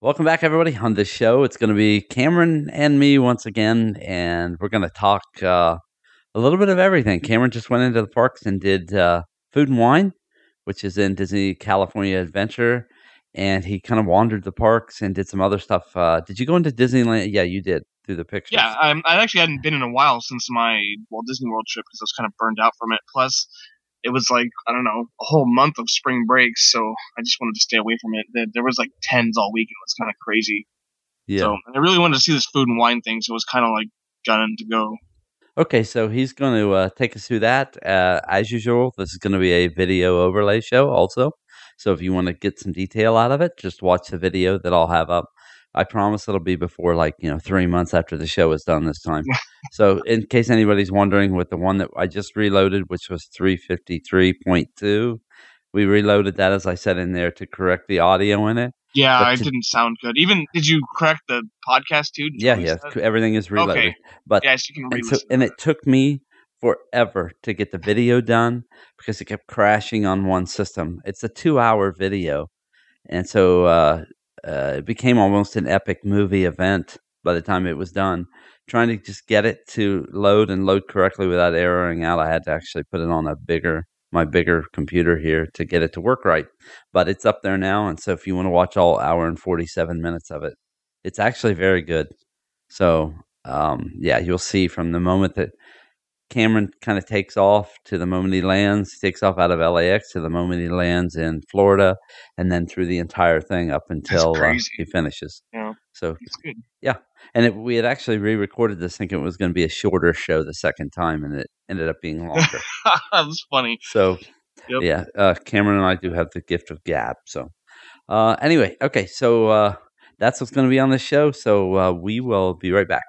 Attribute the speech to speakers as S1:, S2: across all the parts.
S1: Welcome back, everybody, on this show. It's going to be Cameron and me once again, and we're going to talk uh, a little bit of everything. Cameron just went into the parks and did uh, Food and Wine, which is in Disney California Adventure, and he kind of wandered the parks and did some other stuff. Uh, did you go into Disneyland? Yeah, you did through the pictures.
S2: Yeah, um, I actually hadn't been in a while since my Walt Disney World trip because I was kind of burned out from it. Plus, it was like I don't know a whole month of spring break, so I just wanted to stay away from it. There- There was like tens all week, and it was kind of crazy.
S1: yeah.
S2: So and I really wanted to see this food and wine thing, so it was kind of like gunning to go.
S1: Okay, so he's going to uh, take us through that. Uh, as usual, this is going to be a video overlay show also. So if you want to get some detail out of it, just watch the video that I'll have up. I promise it'll be before like, you know, three months after the show is done this time. so in case anybody's wondering with the one that I just reloaded, which was 353.2, we reloaded that, as I said in there, to correct the audio in it.
S2: Yeah,
S1: But
S2: I
S1: to-
S2: didn't sound good. Even did you correct the podcast too? Did you
S1: Yeah,
S2: release
S1: yeah,
S2: that?
S1: everything is reloaded.
S2: Okay.
S1: But
S2: Yeah, so you can
S1: and so
S2: re-listen.
S1: and it took me forever to get the video done because it kept crashing on one system it's a two hour video and so uh, uh, it became almost an epic movie event by the time it was done trying to just get it to load and load correctly without erroring out i had to actually put it on a bigger my bigger computer here to get it to work right but it's up there now and so if you want to watch all hour and 47 minutes of it it's actually very good so um, yeah, you'll see from the moment that Cameron kind of takes off to the moment he lands, he takes off out of LAX to the moment he lands in Florida, and then through the entire thing up until uh,
S2: crazy.
S1: he finishes.
S2: Yeah.
S1: So,
S2: It's good.
S1: and it, we had actually re-recorded this thinking it was going to be a shorter show the second time, and it ended up being longer.
S2: that was funny.
S1: so,
S2: Yep.
S1: yeah, uh, Cameron and I do have the gift of gab. So, uh, anyway, okay, so uh, that's what's going to be on the show. So uh, we will be right back.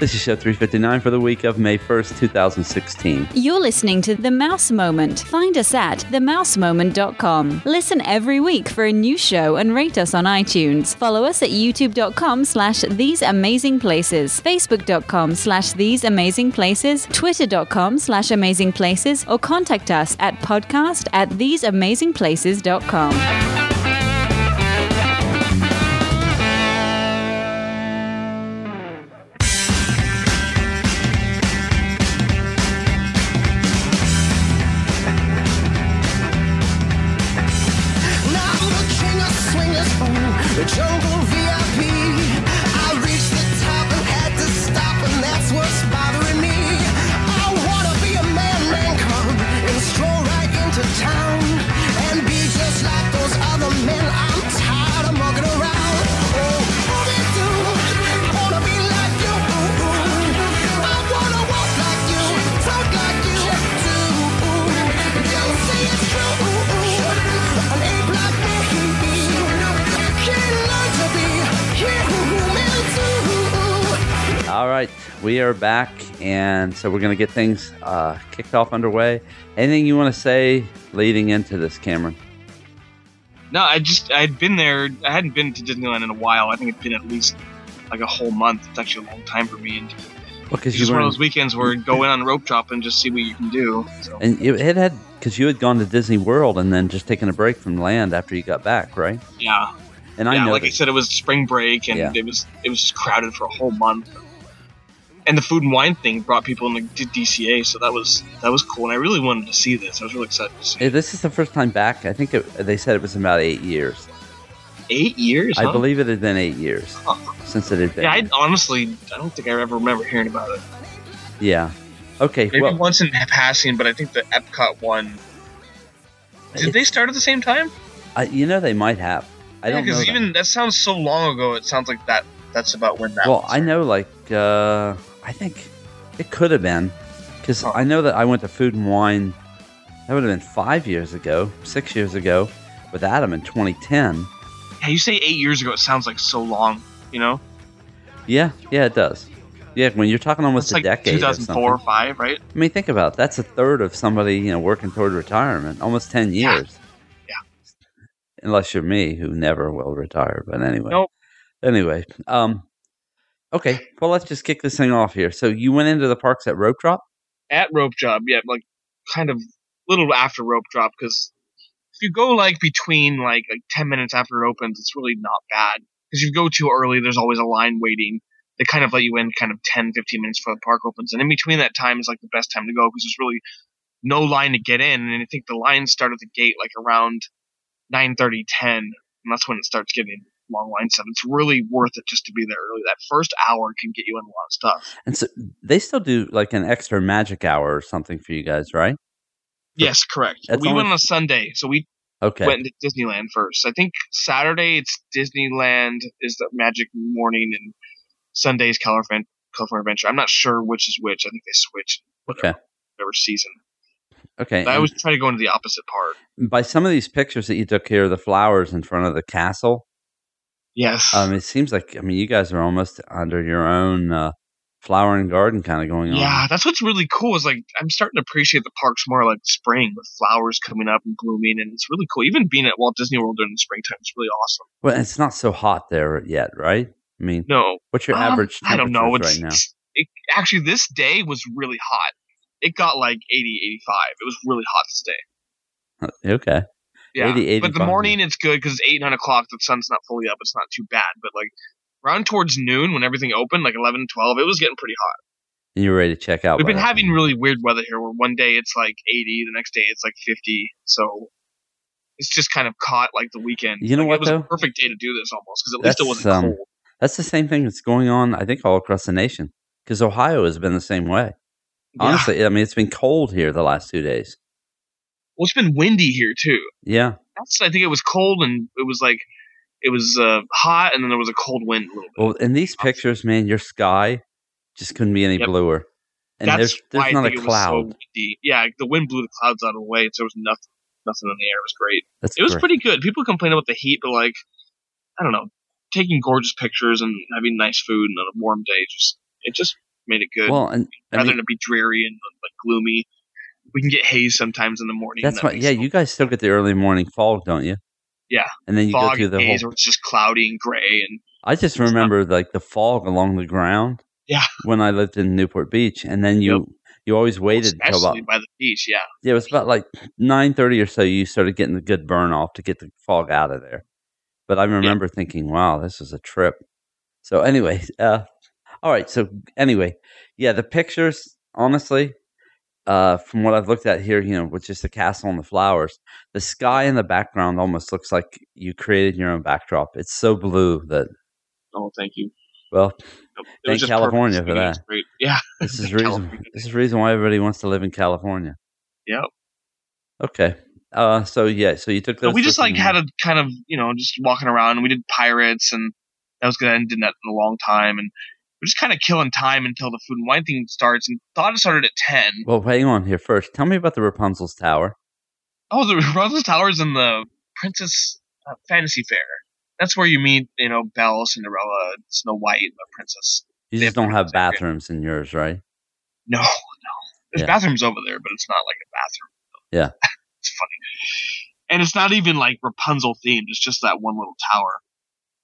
S1: This is show 359 for the week of May 1st, 2016.
S3: You're listening to The Mouse Moment. Find us at themousemoment.com. Listen every week for a new show and rate us on iTunes. Follow us at youtube.com slash these amazing places, facebook.com slash these amazing places, twitter.com slash amazing places, or contact us at podcast at theseamazingplaces.com.
S4: Now I'm the king of swingers from the jungle VIP. I reached the top and had to stop, and that's what's bothering me. I wanna be a man, man cub, and stroll right into town and be just like those other men. I'm tired of mugging around. Oh, this dude, wanna be like you. I wanna walk like you, talk like you do. You say it's true. An ape like me, can't learn to be human too.
S1: All right, we are back, and so we're going to get things uh, kicked off underway. Anything you want to say leading into this, Cameron?
S2: No, I just I'd been there. I hadn't been to Disneyland in a while. I think it'd been at least like a whole month. It's actually a long time for me. And
S1: Because
S2: it's just one of those weekends where you go in on rope drop and just see what you can do. So.
S1: And it it had because you had gone to Disney World and then just taken a break from land after you got back, right?
S2: Yeah,
S1: And I
S2: yeah.
S1: know
S2: Like I
S1: that-
S2: said, it was spring break, and
S1: Yeah.
S2: it was it was just crowded for a whole month. And the food and wine thing brought people into D- DCA, so that was that was cool. And I really wanted to see this. I was really excited to see. it.
S1: eh, this is the first time back. I think it, they said it was about eight years.
S2: Eight years,
S1: I
S2: huh?
S1: believe it had been eight years
S2: Huh.
S1: since it had been.
S2: Yeah, I honestly I don't think I ever remember hearing about it.
S1: Yeah. Okay.
S2: Maybe
S1: well,
S2: once in passing, but I think the Epcot one. Did they start at the same time?
S1: I, you know they might have. I don't know.
S2: because
S1: that.
S2: even that. sounds so long ago. It sounds like that. That's about when that.
S1: well,
S2: was.
S1: I know like uh, I think it could have been because I know that I went to Food and Wine. That would have been five years ago, six years ago, with Adam in 2010.
S2: Yeah, you say eight years ago. It sounds like so long. You know,
S1: Yeah, yeah, it does. Yeah, when you're talking almost
S2: it's
S1: a
S2: like
S1: decade. or something.
S2: 2004 or five, right?
S1: I mean, think about it. that's a third of somebody you know working toward retirement, almost ten
S2: Yeah.
S1: years.
S2: Yeah.
S1: Unless you're me, who never will retire. But anyway,
S2: Nope.
S1: Anyway, um, okay. Well, let's just kick this thing off here. So you went into the parks at Rope Drop.
S2: At rope job, yeah, like kind of little after rope drop because if you go like between like like ten minutes after it opens, it's really not bad. Because if you go too early, there's always a line waiting. They kind of let you in kind of 10, 15 minutes before the park opens, and in between that time is like the best time to go because there's really no line to get in. And I think the lines start at the gate like around 9:30, 10, and that's when it starts getting long line stuff. It's really worth it just to be there early. That first hour can get you in a lot of stuff.
S1: And so they still do like an extra magic hour or something for you guys, right?
S2: Yes, correct.
S1: That's
S2: we
S1: only-
S2: went on a Sunday, so we
S1: Okay.
S2: went to Disneyland first. I think Saturday it's Disneyland is the Magic Morning and Sunday's California California Adventure. I'm not sure which is which. I think they switch
S1: okay.
S2: whatever season.
S1: Okay.
S2: But I
S1: and-
S2: always try to go into the opposite part.
S1: by some of these pictures that you took here, the flowers in front of the castle.
S2: Yes.
S1: Um, it seems like I mean you guys are almost under your own uh, flower and garden kind of going on.
S2: yeah, that's what's really cool. Is like I'm starting to appreciate the parks more like spring with flowers coming up and blooming, and it's really cool. Even being at Walt Disney World during the springtime is really awesome.
S1: Well, it's not so hot there yet, right? I mean,
S2: No,
S1: what's your
S2: Um,
S1: average
S2: I
S1: temperature
S2: don't know. It's,
S1: right now?
S2: it's- It, actually, this day was really hot. It got like 80, 85. It was really hot this day.
S1: Oh, Okay.
S2: Yeah.
S1: 80,
S2: but the
S1: 85.
S2: morning it's good because it's 8, 9 o'clock. The sun's not fully up. It's not too bad. But like around towards noon when everything opened, like 11, 12, it was getting pretty hot.
S1: And you're ready to check out.
S2: We've
S1: by
S2: been
S1: that
S2: having
S1: time.
S2: really weird weather here where one day it's like 80, the next day it's like 50. So it's just kind of caught like the weekend.
S1: You know
S2: Like,
S1: what,
S2: It was
S1: though?
S2: a perfect day to do this almost because at least it
S1: That's,
S2: wasn't
S1: um,
S2: cold.
S1: That's the same thing that's going on, I think, all across the nation. Because Ohio has been the same way.
S2: Yeah.
S1: Honestly, I mean, it's been cold here the last two days.
S2: Well, it's been windy here too.
S1: Yeah.
S2: that's I think it was cold and it was like it was uh, hot and then there was a cold wind a little bit.
S1: Well, in these pictures, man, your sky just couldn't be any
S2: Yep.
S1: bluer. And there's,
S2: why
S1: there's
S2: I
S1: not a
S2: think it was so
S1: cloud.
S2: windy. yeah, like, the wind blew the clouds out of the way, so there was nothing nothing in the air. It was great.
S1: That's
S2: It was
S1: great.
S2: pretty good. People complain about the heat, but like I don't know, taking gorgeous pictures and having nice food and on a warm day just it just made it good.
S1: Well, and I
S2: Rather
S1: mean,
S2: than it be dreary and like gloomy. We can get haze sometimes in the morning.
S1: that's
S2: that
S1: why.
S2: makes
S1: Yeah,
S2: it
S1: you guys still get the early morning fog, don't you?
S2: Yeah.
S1: And then you go
S2: fog
S1: through
S2: and
S1: the
S2: haze,
S1: whole.
S2: or it's just cloudy and gray and
S1: I just
S2: not-
S1: remember like the fog along the ground.
S2: Yeah.
S1: When I lived in Newport Beach, and then you you always waited until about
S2: especially by the beach. Yeah,
S1: yeah, it was about like nine thirty or so. You started getting the good burn off to get the fog out of there. But I remember thinking, "Wow, this is a trip." So, anyway, uh, all right. So, anyway, yeah, the pictures, honestly, uh, from what I've looked at here, you know, with just the castle and the flowers, the sky in the background almost looks like you created your own backdrop. It's so blue that,
S2: Oh, thank you.
S1: well,
S2: It was
S1: Thank
S2: just
S1: California
S2: perfect.
S1: for that.
S2: It's great. Yeah.
S1: this is
S2: California.
S1: reason. This is reason why everybody wants to live in California.
S2: Yep.
S1: Okay. Uh, so yeah, so you took
S2: So
S1: those.
S2: we just
S1: with
S2: like
S1: you.
S2: had a kind of you know just walking around. and We did pirates, and that was good. I hadn't done that in a long time, and we're just kind of killing time until the food and wine thing starts. And thought it started at ten.
S1: Well, hang on here first. Tell me about the Rapunzel's Tower.
S2: Oh, the Rapunzel Towers and the Princess uh, Fantasy Fair. That's where you meet you know Belle, Cinderella, Snow White, and the princess.
S1: You
S2: They
S1: just
S2: have
S1: don't have
S2: bathrooms
S1: bathrooms in yours, right?
S2: No, no. There's
S1: Yeah.
S2: bathrooms over there, but it's not like a bathroom.
S1: Yeah.
S2: it's funny. And it's not even like Rapunzel themed. It's just that one little tower.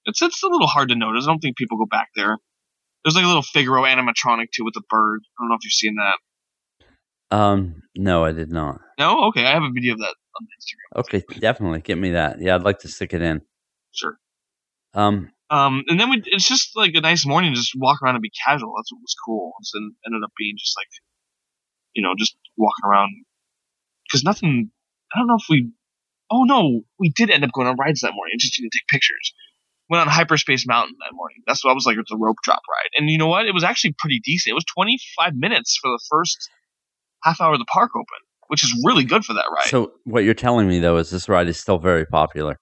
S2: It's it's a little hard to notice. I don't think people go back there. There's like a little Figaro animatronic too with a bird. I don't know if you've seen that.
S1: Um, no, I did not.
S2: No, okay. I have a video of that on Instagram.
S1: Okay, definitely get me that. Yeah, I'd like to stick it in.
S2: Sure.
S1: Um,
S2: Um, and then we, it's just like a nice morning to just walk around and be casual. That's what was cool. It's en- ended up being just like, you know, just walking around because nothing. I don't know if we. Oh no, we did end up going on rides that morning. I just didn't take pictures. Went on Hyperspace Mountain that morning. That's what I was like. It's a rope drop ride, and you know what? It was actually pretty decent. It was 25 minutes for the first half hour of the park open, which is really good for that ride.
S1: so what you're telling me though is this ride is still very popular.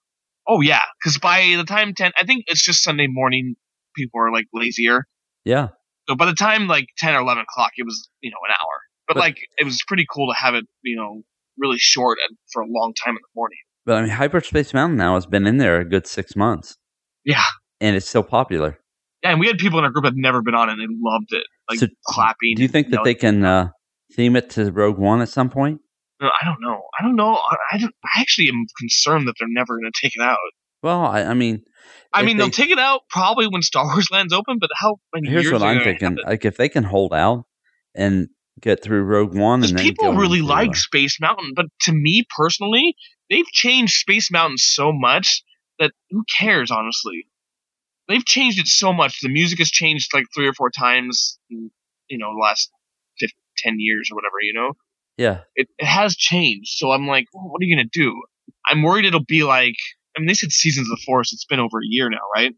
S2: oh yeah, because by the time 10, I think it's just Sunday morning. People are like lazier.
S1: Yeah.
S2: So by the time like ten or eleven o'clock, it was you know an hour. But,
S1: But-
S2: like it was pretty cool to have it you know really short and for a long time in the morning.
S1: But I mean Hyperspace Mountain now has been in there a good six months
S2: Yeah,
S1: and it's still popular.
S2: yeah. And we had people in our group that had never been on it and they loved it, like
S1: So,
S2: clapping.
S1: Do you think that
S2: know,
S1: they can uh theme it to Rogue One at some point?
S2: No, I don't know. I don't know. I, I, don't, I actually am concerned that they're never going to take it out.
S1: Well, I, I mean
S2: I
S1: If
S2: mean,
S1: they-
S2: they, will take it out probably when Star Wars lands open. But how many
S1: here's
S2: years
S1: what
S2: are
S1: I'm
S2: they gonna
S1: thinking.
S2: have it?
S1: Like if they can hold out and get through Rogue One and
S2: Because
S1: then
S2: people
S1: go
S2: really
S1: into, uh,
S2: like Space Mountain, but to me personally, they've changed Space Mountain so much that who cares, honestly? They've changed it so much. The music has changed like three or four times, in, you know, the last 15, 10 years or whatever, you know?
S1: Yeah.
S2: It, it has changed. So I'm like, well, what are you going to do? I'm worried it'll be like, I mean, they said Seasons of the Forest. It's been over a year now, right?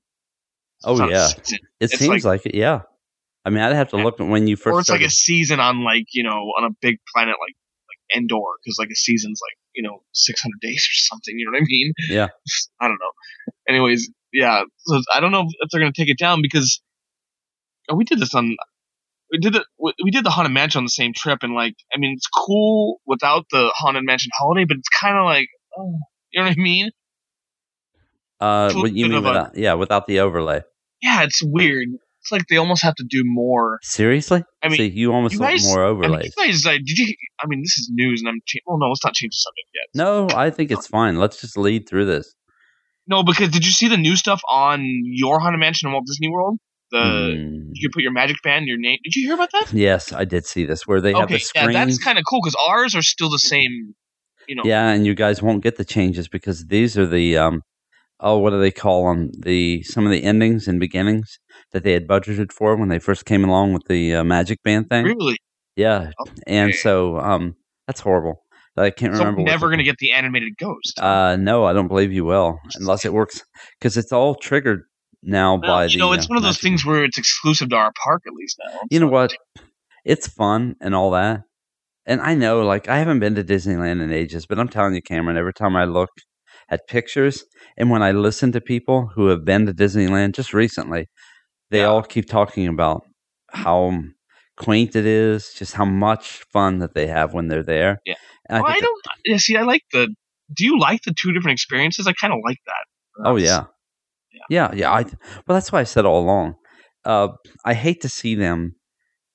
S1: Oh,
S2: It's not a
S1: yeah.
S2: season.
S1: It
S2: It's
S1: seems like, it. Yeah. I mean, I'd have to look at when you first.
S2: or it's like a
S1: started-
S2: season on like you know on a big planet like like Endor because like a season's like you know 600 days or something. You know what I mean?
S1: Yeah.
S2: I don't know. Anyways, yeah. So it's- I don't know if they're gonna take it down because oh, we did this on we did the we we did the haunted mansion on the same trip and like I mean it's cool without the haunted mansion holiday, but it's kind of like oh, you know what I mean?
S1: uh, what you
S2: bit
S1: mean
S2: of a-
S1: without, yeah, without the overlay.
S2: Yeah, it's weird. It's like they almost have to do more.
S1: Seriously?
S2: I mean,
S1: See, you almost
S2: you
S1: want
S2: guys-
S1: more
S2: I mean, you
S1: overlays.
S2: guys, like, did you? I mean, this is news, and I'm. Cha- well, no, let's not change the subject yet.
S1: no, I think it's fine. Let's just lead through this.
S2: No, because did you see the new stuff on your Haunted Mansion in Walt Disney World? The
S1: Hmm.
S2: Uh, you can put your magic band, your name. Did you hear about that?
S1: Yes, I did see this where they have the
S2: okay, yeah,
S1: screen.
S2: that's kind of cool because ours are still the same. You know,
S1: Yeah, and you guys won't get the changes because these are the um oh what do they call them the some of the endings and beginnings that they had budgeted for when they first came along with the uh, Magic Band thing.
S2: really.
S1: Yeah, and
S2: Okay.
S1: so um that's horrible. I can't
S2: So
S1: remember.
S2: we're
S1: what
S2: never
S1: the-
S2: gonna get the animated ghost.
S1: Uh, no, I don't believe you will unless it works because it's all triggered now
S2: Well,
S1: by the.
S2: you know, it's
S1: uh,
S2: one of those
S1: Magic
S2: things where it's exclusive to our park at least now.
S1: you know what? It's fun and all that. And I know, like, I haven't been to Disneyland in ages, but I'm telling you, Cameron, every time I look at pictures and when I listen to people who have been to Disneyland just recently, they
S2: Yeah.
S1: all keep talking about how quaint it is, just how much fun that they have when they're there.
S2: Yeah.
S1: And I
S2: Well, "Oh, I
S1: think
S2: don't. Yeah, see, I like the. Do you like the two different experiences? I kind of like that.
S1: Oh yeah,
S2: Yeah.
S1: yeah, yeah. I well, that's why I said all along. Uh, I hate to see them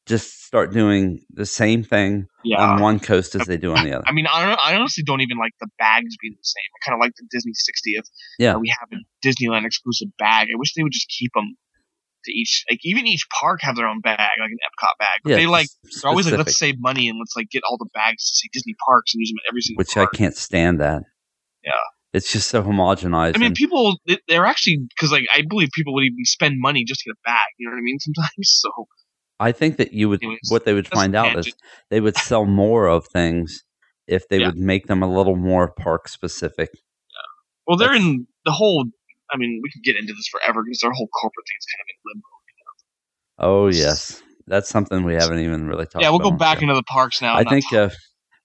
S1: just start doing the same thing
S2: Yeah.
S1: on one coast as they do on the other.
S2: I mean, I, don't, I honestly don't even like the bags being the same. I kind of like the Disney 60th.
S1: Yeah.
S2: where we have a Disneyland exclusive bag. I wish they would just keep them to each, like even each park have their own bag, like an Epcot bag. But they
S1: just
S2: like they're always like let's
S1: specific,
S2: save money and let's like get all the bags to see Disney parks and use them at every single
S1: which I
S2: park.
S1: can't stand that.
S2: Yeah.
S1: it's just so homogenized.
S2: I mean,
S1: and-
S2: people they- they're actually because like I believe people would even spend money just to get a bag. You know what I mean? Sometimes so
S1: I think that you would
S2: Anyways,
S1: what they would
S2: that's a
S1: find out is
S2: tangent.
S1: they would sell more of things if they
S2: Yeah.
S1: would make them a little more park specific.
S2: well they're
S1: that's-
S2: in the whole. I mean, we could get into this forever because their whole corporate thing is kind of in limbo.
S1: Oh yes, that's something we haven't even really talked.
S2: Yeah, we'll go
S1: about.
S2: back into the parks now.
S1: I
S2: and not
S1: think
S2: talk-
S1: uh,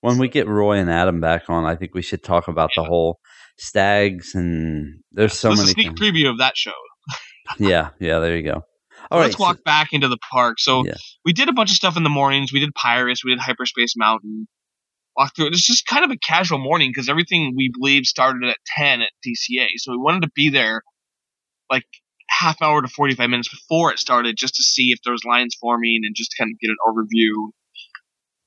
S1: when we get Roy and Adam back on, I think we should talk about the whole stags and there's so
S2: this
S1: many
S2: is a sneak
S1: things.
S2: preview of that show.
S1: Yeah, yeah, there you go. All right,
S2: let's walk
S1: so-
S2: back into the park. So
S1: Yeah.
S2: we did a bunch of stuff in the mornings. We did Pirates. We did Hyperspace Mountain. Walked through it. It's just kind of a casual morning because everything we believe started at ten at DCA. So we wanted to be there like half hour to forty five minutes before it started, just to see if there was lines forming and just kind of get an overview.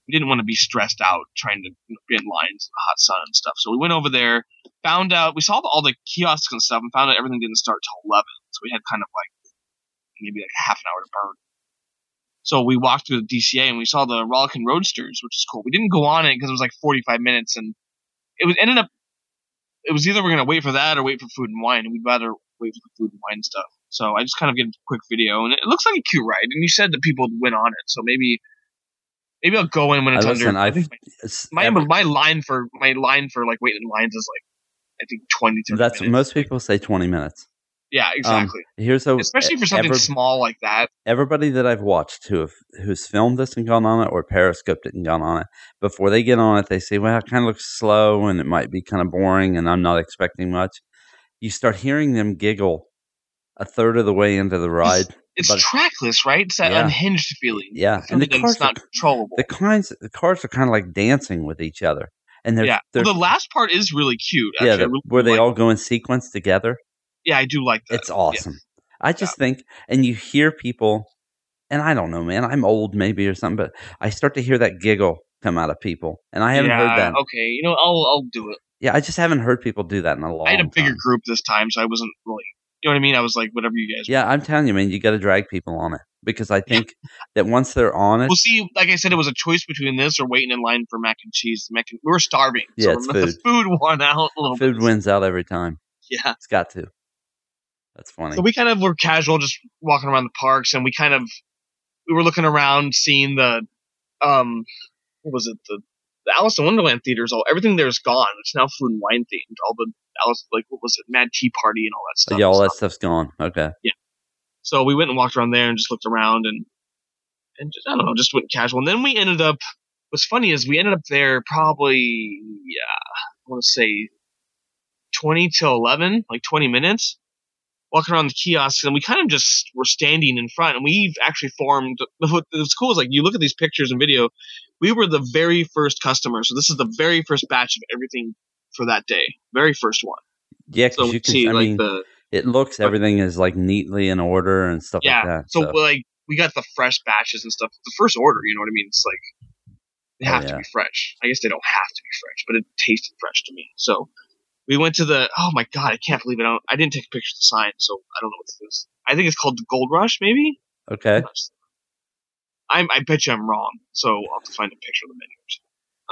S2: We didn't want to be stressed out trying to be in lines in the hot sun and stuff. So we went over there, found out we saw all the kiosks and stuff, and found out everything didn't start till eleven. So we had kind of like maybe like half an hour to burn. So we walked through the DCA and we saw the Rollickin' Roadsters, which is cool. We didn't go on it because it was like 45 minutes, and it was ended up. It was either we're gonna wait for that or wait for food and wine, and we'd rather wait for the food and wine stuff. So I just kind of get a quick video, and it looks like a cute ride. And you said that people went on it, so maybe, maybe I'll go in when it's
S1: Uh, listen,
S2: under. I
S1: I've-
S2: think
S1: it's-
S2: my, my my line for my line for like waiting in lines is like I think 20 to
S1: that's
S2: minutes.
S1: most people say 20 minutes.
S2: yeah exactly,
S1: Here's a
S2: especially for something
S1: ever-
S2: small like that.
S1: everybody that I've watched who have, who's filmed this and gone on it or periscoped it and gone on it, before they get on it, they say, "Well, it kind of looks slow and it might be kind of boring, and I'm not expecting much." You start hearing them giggle a third of the way into the ride.
S2: It's
S1: But-
S2: trackless, right? It's that
S1: Yeah.
S2: unhinged feeling.
S1: Yeah,
S2: and
S1: and the
S2: it's
S1: cars, are,
S2: not controllable.
S1: the kinds, the cars are kind of like dancing with each other, and they're,
S2: yeah.
S1: they're
S2: well, the last part is really cute. Actually.
S1: yeah,
S2: I
S1: they're-
S2: really
S1: where they
S2: like-
S1: all go in sequence together.
S2: Yeah, I do like that.
S1: It's awesome. I just think, and you hear people, and I don't know, man, I'm old maybe or something, but I start to hear that giggle come out of people, and I haven't
S2: yeah,
S1: heard that.
S2: Okay, you know, I'll I'll do it.
S1: Yeah, I just haven't heard people do that in a long.
S2: I had a bigger
S1: time.
S2: group this time, so I wasn't really You know what I mean? I was like, whatever you guys.
S1: Yeah, I'm telling you, man, you got to drag people on it because I think that once they're on it,
S2: Well, see, like I said, it was a choice between this or waiting in line for mac and cheese. Mac and, we were starving.
S1: Yeah,
S2: so
S1: it's
S2: the
S1: food.
S2: food won out a little
S1: food
S2: bit.
S1: wins out every time.
S2: Yeah.
S1: It's got to. That's funny.
S2: So we kind of were casual, just walking around the parks, and we kind of we were looking around, seeing the um, what was it the, the Alice in Wonderland theaters? All everything there's gone. It's now food and wine themed. All the Alice, like what was it, Mad Tea Party and all that stuff.
S1: yeah, all that stuff's gone. Okay.
S2: So we went and walked around there and just looked around and and just, I don't know, just went casual. And then we ended up. What's funny is we ended up there probably yeah, I want to say twenty to eleven, like twenty minutes, walking around the kiosks, and we kind of just were standing in front. And we've actually formed. What What's cool is like you look at these pictures and video. We were the very first customer, so this is the very first batch of everything for that day, very first one.
S1: Yeah, 'cause
S2: So
S1: you
S2: we
S1: can.
S2: see
S1: I
S2: like
S1: mean,
S2: the
S1: it looks everything is like neatly in order and stuff
S2: yeah.
S1: like that.
S2: so,
S1: so.
S2: we're like we got the fresh batches and stuff. The first order, you know what I mean? It's like they
S1: Oh,
S2: have
S1: yeah.
S2: to be fresh. I guess they don't have to be fresh, but it tasted fresh to me. So we went to the. Oh my god, I can't believe it! I, don't, I didn't take a picture of the sign, so I don't know what this is. I think it's called the Gold Rush, maybe.
S1: okay.
S2: I'm, I bet you I'm wrong. So I'll have to find a picture of the menu. or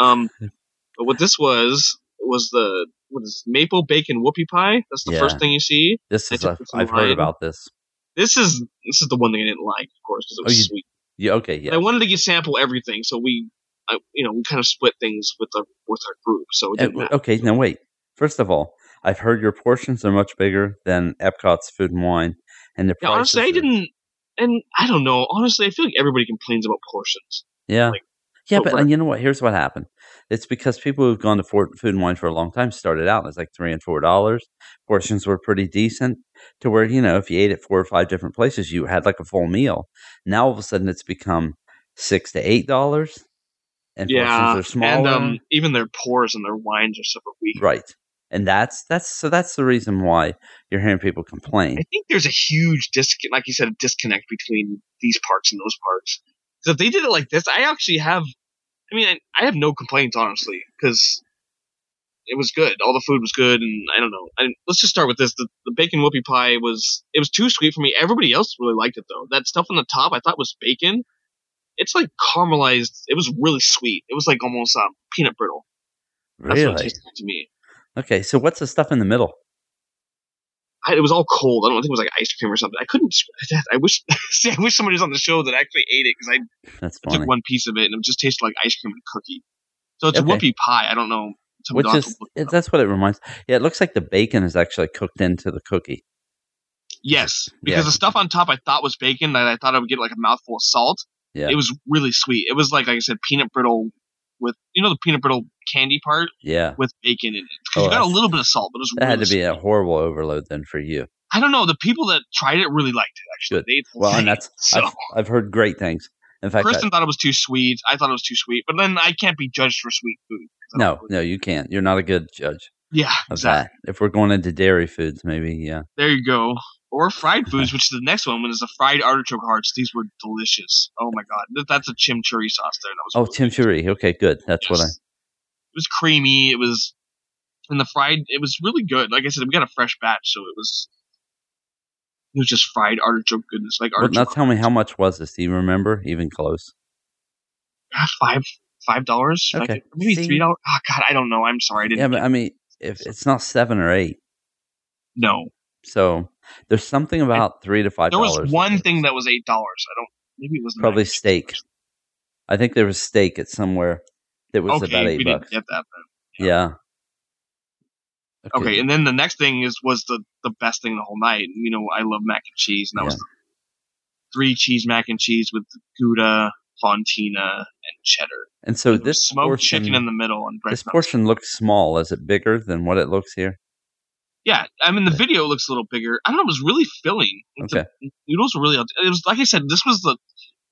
S2: something. Um, but what this was was the what is maple bacon whoopie pie? That's the
S1: Yeah.
S2: first thing you see.
S1: This
S2: I
S1: is
S2: took
S1: a,
S2: this
S1: I've heard
S2: line.
S1: about this.
S2: This is this is the one thing I didn't like, of course, because it
S1: Oh,
S2: was
S1: you-
S2: sweet.
S1: Yeah. Okay.
S2: I
S1: Yeah.
S2: wanted to get sample everything, so we, I, you know, we kind of split things with our with our group. So it didn't
S1: Uh,
S2: matter.
S1: okay. Now wait. First of all, I've heard your portions are much bigger than Epcot's food and wine, and the
S2: Yeah,
S1: prices
S2: honestly, I
S1: are-
S2: didn't, and I don't know. Honestly, I feel like everybody complains about portions.
S1: Yeah.
S2: like,
S1: yeah,
S2: but
S1: but
S2: what-
S1: and you know what? Here's what happened. It's because people who've gone to Fort Food and Wine for a long time started out as like three and four dollars. Portions were pretty decent to where, you know, if you ate at four or five different places, you had like a full meal. Now all of a sudden it's become six to eight dollars and
S2: yeah,
S1: portions are smaller.
S2: and um, even their pours and their wines are super weak.
S1: right. And that's that's so that's the reason why you're hearing people complain.
S2: I think there's a huge disconnect, like you said, a disconnect between these parks and those parks. Because if they did it like this, I actually have, I mean, I, I have no complaints honestly, because it was good. All the food was good, and I don't know. And let's just start with this: the, the bacon whoopie pie was it was too sweet for me. Everybody else really liked it though. That stuff on the top I thought was bacon. It's like caramelized. It was really sweet. It was like almost um, peanut brittle. That's what it
S1: Really?
S2: tasted like to me.
S1: Okay, so what's the stuff in the middle?
S2: I, it was all cold. I don't think it was like ice cream or something. I couldn't. describe that. I wish. See, I wish somebody was on the show that actually ate it because I
S1: That's
S2: took
S1: funny.
S2: one piece of it and it just tasted like ice cream and cookie. So it's
S1: Okay.
S2: a whoopie pie. I don't know. Some
S1: Which
S2: doctor
S1: is
S2: looked it
S1: it,
S2: up.
S1: that's what it reminds. Yeah, it looks like the bacon is actually cooked into the cookie.
S2: yes, because
S1: yeah.
S2: the stuff on top I thought was bacon. and I thought I would get like a mouthful of salt.
S1: Yeah.
S2: It was really sweet. It was like like I said, peanut brittle with you know the peanut brittle candy part
S1: Yeah.
S2: with bacon in it.
S1: Oh,
S2: 'Cause you got a
S1: that's-
S2: little bit of salt, but it was
S1: That
S2: really
S1: had to be
S2: sweet.
S1: a horrible overload then for you.
S2: I don't know. The people that tried it really liked it. Actually,
S1: Good.
S2: they ate the whole
S1: Well,
S2: thing.
S1: and that's
S2: so.
S1: I've, I've heard great things. In fact, I-
S2: Kristen thought it was too sweet. I thought it was too sweet. But then I can't be judged for sweet food. 'cause I don't
S1: no,
S2: really-
S1: no, you can't. You're not a good judge
S2: Yeah,
S1: of
S2: exactly.
S1: that. If we're going into dairy foods, maybe yeah.
S2: There you go. Or fried foods, which the next one is the fried artichoke hearts. These were delicious. Oh my god, Th- that's a chimichurri sauce there. That was
S1: Oh,
S2: really
S1: Tim
S2: good.
S1: Churi. Okay, good. That's what I.
S2: Yes. It was creamy. It was, and the fried. It was really good. Like I said, we got a fresh batch, so it was. It was just fried artichoke goodness, like
S1: Well, now
S2: artichoke.
S1: tell me how much was this? Do you remember? Even close?
S2: Ah, five five dollars,
S1: Okay.
S2: like, maybe
S1: See?
S2: three dollars. Oh god, I don't know. I'm sorry, I didn't
S1: Yeah, but I mean, if it's not seven or eight,
S2: know.
S1: so there's something about three to five.
S2: There was
S1: dollars
S2: one
S1: worth.
S2: thing that was eight dollars. I don't. Maybe it was nine.
S1: Probably steak. I think there was steak at somewhere that was
S2: okay,
S1: about
S2: we
S1: eight
S2: didn't
S1: bucks.
S2: get that. yeah.
S1: Yeah.
S2: Then. Okay, and then the next thing is was the the best thing the whole night. You know, I love mac and cheese, and that was the three cheese mac and cheese with Gouda, Fontina, and cheddar.
S1: And so
S2: And there was
S1: this
S2: smoked
S1: portion,
S2: chicken in the middle and bread.
S1: this
S2: crumb.
S1: portion looks small. Is it bigger than what it looks here?
S2: Yeah, I mean the video looks a little bigger. I don't know. It was really filling.
S1: Okay.
S2: The noodles were really. It was like I said. This was the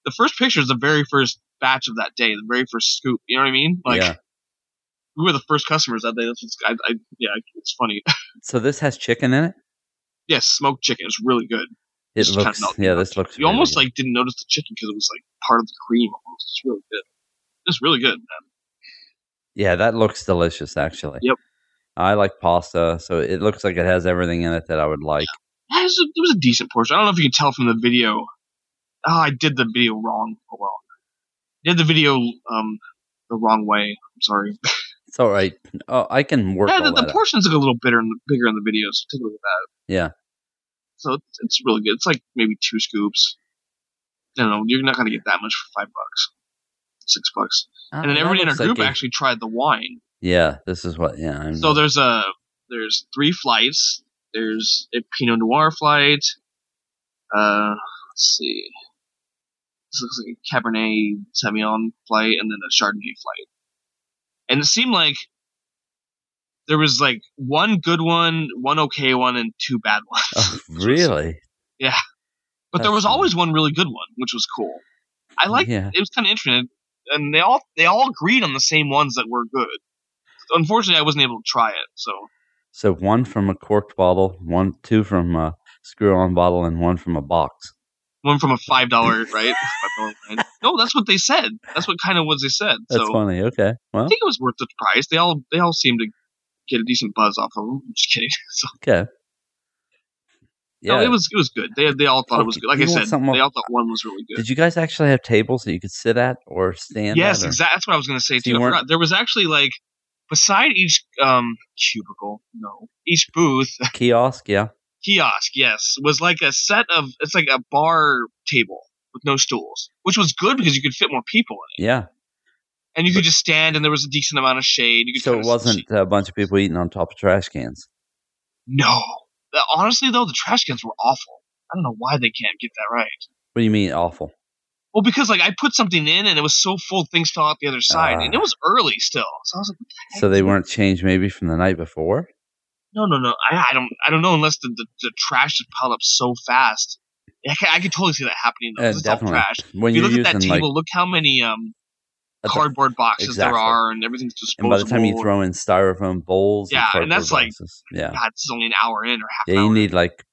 S2: the first picture is the very first batch of that day, the very first scoop. You know what I mean? Like
S1: Yeah.
S2: we were the first customers that day. That's what's, I, I, yeah, it's funny.
S1: So this has chicken in it.
S2: yes, smoked chicken is really good.
S1: It
S2: Just kinda
S1: looks
S2: melted
S1: yeah. This looks
S2: You
S1: really
S2: almost
S1: good.
S2: like didn't notice the chicken because it was like part of the cream. Almost. It's really good. It's really good. Man.
S1: yeah. That looks delicious actually.
S2: Yep.
S1: I like pasta, so it looks like it has everything in it that I would like.
S2: Yeah, it was, a, it was a decent portion. I don't know if you can tell from the video. Oh, I did the video wrong. Oh well, I did the video um the wrong way. I'm sorry.
S1: It's all right. Oh, I can work.
S2: Yeah,
S1: all
S2: the, the
S1: that out.
S2: portions look a little bitter in the, bigger in the videos. Take a look at that.
S1: Yeah.
S2: So it's, it's really good. It's like maybe two scoops. I don't know. You're not gonna get that much for five bucks, six bucks.
S1: Oh,
S2: And then
S1: that
S2: everybody in our
S1: looks like
S2: group
S1: a-
S2: actually tried the wine.
S1: Yeah, this is what. Yeah. I'm,
S2: So there's a there's three flights. There's a Pinot Noir flight. Uh, let's see. This looks like a Cabernet Sauvignon flight, and then a Chardonnay flight. And it seemed like there was like one good one, one okay one, and two bad ones.
S1: Oh, really?
S2: but there
S1: that's Mm-hmm.
S2: was always one really good one, which was cool. I like
S1: Yeah.
S2: it was kind of interesting, and they all they all agreed on the same ones that were good. Unfortunately, I wasn't able to try it, so
S1: So one from a corked bottle, one, two from a screw-on bottle, and one from a box.
S2: one from a five dollar right? $5 wine. No, that's what they said. That's what kind of was they said.
S1: That's
S2: so
S1: funny. Okay.
S2: I
S1: Well,
S2: think it was worth the price. They all they all seemed to get a decent buzz off of them. I'm just kidding. So
S1: okay. Yeah.
S2: no, it was it was good. They they all thought it was
S1: Okay,
S2: good. Like
S1: you
S2: I
S1: want
S2: said,
S1: something
S2: they
S1: more-
S2: all thought one was really good.
S1: Did you guys actually have tables that you could sit at or stand?
S2: Yes,
S1: at or-
S2: exactly. That's what I was going to say
S1: So you
S2: too. I
S1: weren't-
S2: forgot. There was actually like beside each um cubicle, no, each booth
S1: Kiosk. Yeah.
S2: kiosk, yes, was like a set of it's like a bar table with no stools, which was good because you could fit more people in it.
S1: Yeah.
S2: and you could just stand, and there was a decent amount of shade. You could
S1: So
S2: kinda
S1: it
S2: see-
S1: wasn't a bunch of people eating on top of trash cans.
S2: No, Uh, honestly though, the trash cans were awful. I don't know why they can't get that right.
S1: What do you mean awful?
S2: Well, because like I put something in, and it was so full, things fell out the other side, and it
S1: Ah.
S2: was early still. So I was like, what the heck
S1: So
S2: is
S1: they
S2: going-
S1: weren't changed maybe from the night before.
S2: No, no, no. I, I don't. I don't know unless the, the, the trash just piled up so fast. I can, I could totally see that happening. Though,
S1: Uh,
S2: 'cause it's all
S1: definitely.
S2: trash.
S1: When
S2: If you
S1: are
S2: look at
S1: using
S2: that
S1: like
S2: table, look how many um,
S1: a-
S2: cardboard boxes there
S1: exactly.
S2: are, and everything's
S1: and
S2: disposable.
S1: by the time you throw in styrofoam bowls,
S2: Yeah, and
S1: and,
S2: that's
S1: cardboard
S2: like-
S1: boxes. yeah,
S2: God, this is only an hour in or half.
S1: yeah,
S2: an
S1: you
S2: hour
S1: need like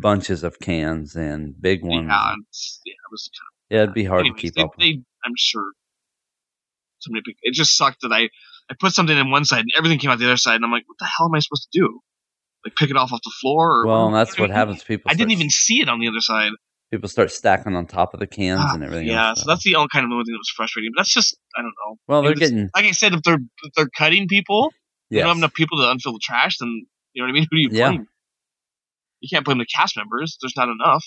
S1: bunches of cans and big
S2: in.
S1: ones.
S2: Yeah, it's- yeah, it was
S1: Yeah, it'd be hard
S2: Anyways,
S1: to keep
S2: they,
S1: up. with.
S2: They, I'm sure somebody picked. It just sucked that I I put something in one side and everything came out the other side, and I'm like, what the hell am I supposed to do? Like pick it off off the floor? Or
S1: well, and that's what
S2: I
S1: happens. People,
S2: I didn't
S1: start-
S2: even see it on the other side.
S1: people start stacking on top of the cans
S2: Ah,
S1: and everything.
S2: yeah,
S1: else.
S2: so that's the only kind of only thing that was frustrating. But that's just I don't know.
S1: well, they're
S2: maybe this-
S1: getting
S2: Like I said, if they're if they're cutting people, you
S1: yeah.
S2: don't have enough people to unfill the trash, then you know what I mean. Who do you
S1: Yeah.
S2: blame? You can't blame the cast members. There's not enough.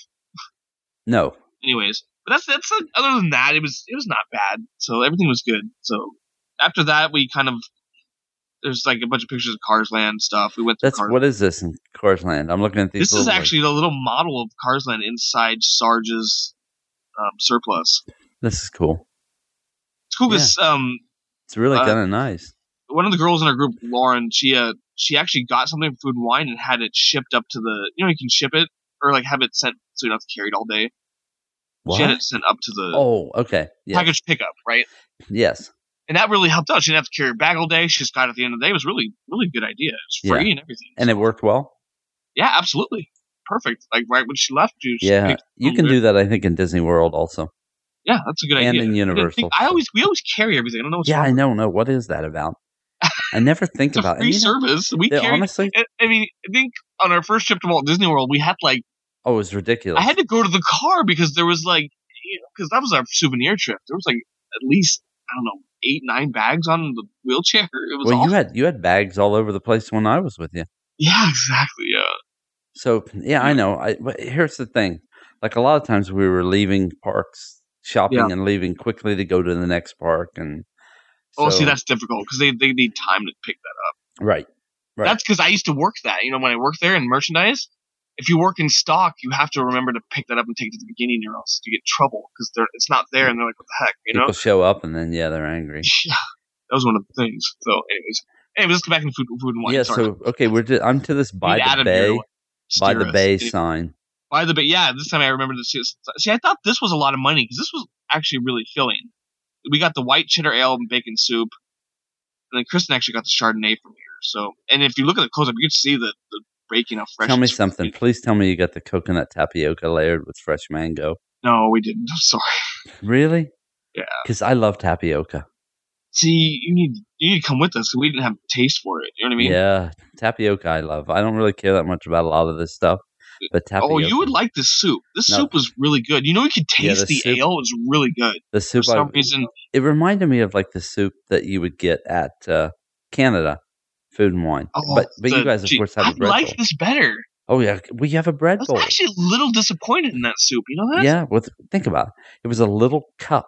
S1: no,
S2: anyways, but that's that's other than that, it was it was not bad. So everything was good. So after that, we kind of there's like a bunch of pictures of Cars Land stuff. We went to
S1: that's
S2: Cars.
S1: what is this in Cars Land? I'm looking at these.
S2: this is
S1: little, like-
S2: actually the little model of Cars Land inside Sarge's um, surplus.
S1: this is cool.
S2: It's cool because um,
S1: It's really
S2: Uh,
S1: kind of nice.
S2: one of the girls in our group, Lauren, she uh, she actually got something from Food and Wine and had it shipped up to the you know you can ship it or like have it sent so you don't have to carry it all day. She had
S1: What?
S2: it sent up to the
S1: Oh, okay. Yes.
S2: package pickup, right?
S1: yes.
S2: and that really helped out. She didn't have to carry her bag all day. She just got it at the end of the day. It was really, really good idea. It's free and everything.
S1: And it worked well.
S2: yeah, absolutely perfect. Like right when she left, you just
S1: Yeah,
S2: picked-
S1: you can do that. I think in Disney World also,
S2: yeah, that's a good
S1: and
S2: idea.
S1: in
S2: I didn't
S1: Universal.
S2: think- I always we always carry everything. I don't know. What's
S1: Yeah, I
S2: wrong.
S1: don't know what is that about. I never think
S2: It's a
S1: about. it.
S2: free
S1: And you know,
S2: service. We
S1: they
S2: carried.
S1: honestly,
S2: I I mean, I think on our first trip to Walt Disney World, we had like
S1: oh, it was ridiculous.
S2: I had to go to the car because there was like because that was our souvenir trip. There was like at least I don't know eight nine bags on the wheelchair. It was
S1: well,
S2: awful.
S1: you had you had bags all over the place when I was with you.
S2: yeah, exactly. Yeah,
S1: So yeah, I
S2: Yeah.
S1: know. I but here's the thing. Like a lot of times we were leaving parks shopping and leaving quickly to go to the next park and.
S2: Oh, see,
S1: so-
S2: that's difficult because they, they need time to pick that up.
S1: right. Right.
S2: That's because I used to work that. You know, when I worked there in merchandise, if you work in stock, you have to remember to pick that up and take it to the beginning, or else you get trouble because they're it's not there, and they're like, "What the heck?" You know?
S1: People show up and then yeah, they're angry.
S2: yeah, that was one of the things. So, anyways, anyways, let's go back in food, food and wine.
S1: yeah.
S2: Sorry.
S1: So okay, we're di- I'm to this
S2: Need
S1: by the
S2: Adam here to
S1: bay, by
S2: steer
S1: the
S2: us.
S1: bay
S2: Any-
S1: sign.
S2: By the bay. Yeah, this time I remember this. See, I thought this was a lot of money because this was actually really filling. We got the white cheddar ale and bacon soup, and then Kristen actually got the Chardonnay from here. So, and if you look at the close up, you can see the the breaking of fresh.
S1: Tell me something, please. Tell me you got the coconut tapioca layered with fresh mango.
S2: No, we didn't. I'm sorry.
S1: Really?
S2: Yeah.
S1: Because I love tapioca.
S2: See, you need you need to come with us. 'cause We didn't have taste for it. You know what I mean?
S1: yeah, tapioca I love. I don't really care that much about a lot of this stuff, But tapioca.
S2: Oh, you would like this soup. This
S1: No.
S2: soup was really good. You know, you could
S1: Yeah,
S2: taste
S1: the
S2: the,
S1: soup-
S2: ale. It was really good.
S1: the
S2: For
S1: soup. I,
S2: some reason,
S1: it reminded me of like the soup that you would get at uh, Canada Food and Wine.
S2: oh,
S1: but but
S2: the-
S1: you guys of
S2: gee,
S1: course have
S2: I
S1: a bread
S2: like
S1: bowl.
S2: this better.
S1: Oh yeah, we have a bread
S2: I was
S1: bowl.
S2: actually a little disappointed in that soup. You know that?
S1: Yeah, with think about it. It was a little cup,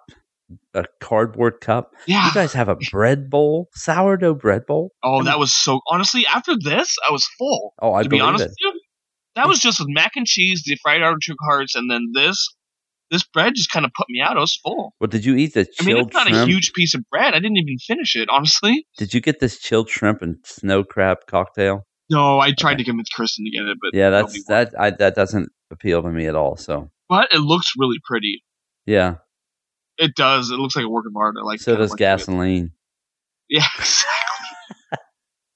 S1: a cardboard cup.
S2: Yeah.
S1: You guys have a bread bowl, sourdough bread bowl.
S2: Oh, that was so. Honestly, after this, I was full.
S1: Oh, I
S2: to be
S1: believe
S2: honest
S1: it.
S2: with you, that was just with mac and cheese, the fried artichoke hearts, and then this. This bread just kind of put me out. I was full.
S1: Well, did you eat the
S2: I mean,
S1: chilled
S2: it's not a
S1: shrimp?
S2: huge piece of bread. I didn't even finish it, honestly.
S1: Did you get this chilled shrimp and snow crab cocktail?
S2: No, I tried
S1: Okay.
S2: to convince Kristen to get it, but
S1: Yeah,
S2: nobody
S1: that's
S2: wanted
S1: that. I, that doesn't appeal to me at all. So
S2: it. But it looks really pretty.
S1: yeah,
S2: It does. It looks like a work of art. I like.
S1: so
S2: kinda
S1: does
S2: like it.
S1: gasoline.
S2: Yeah. Exactly.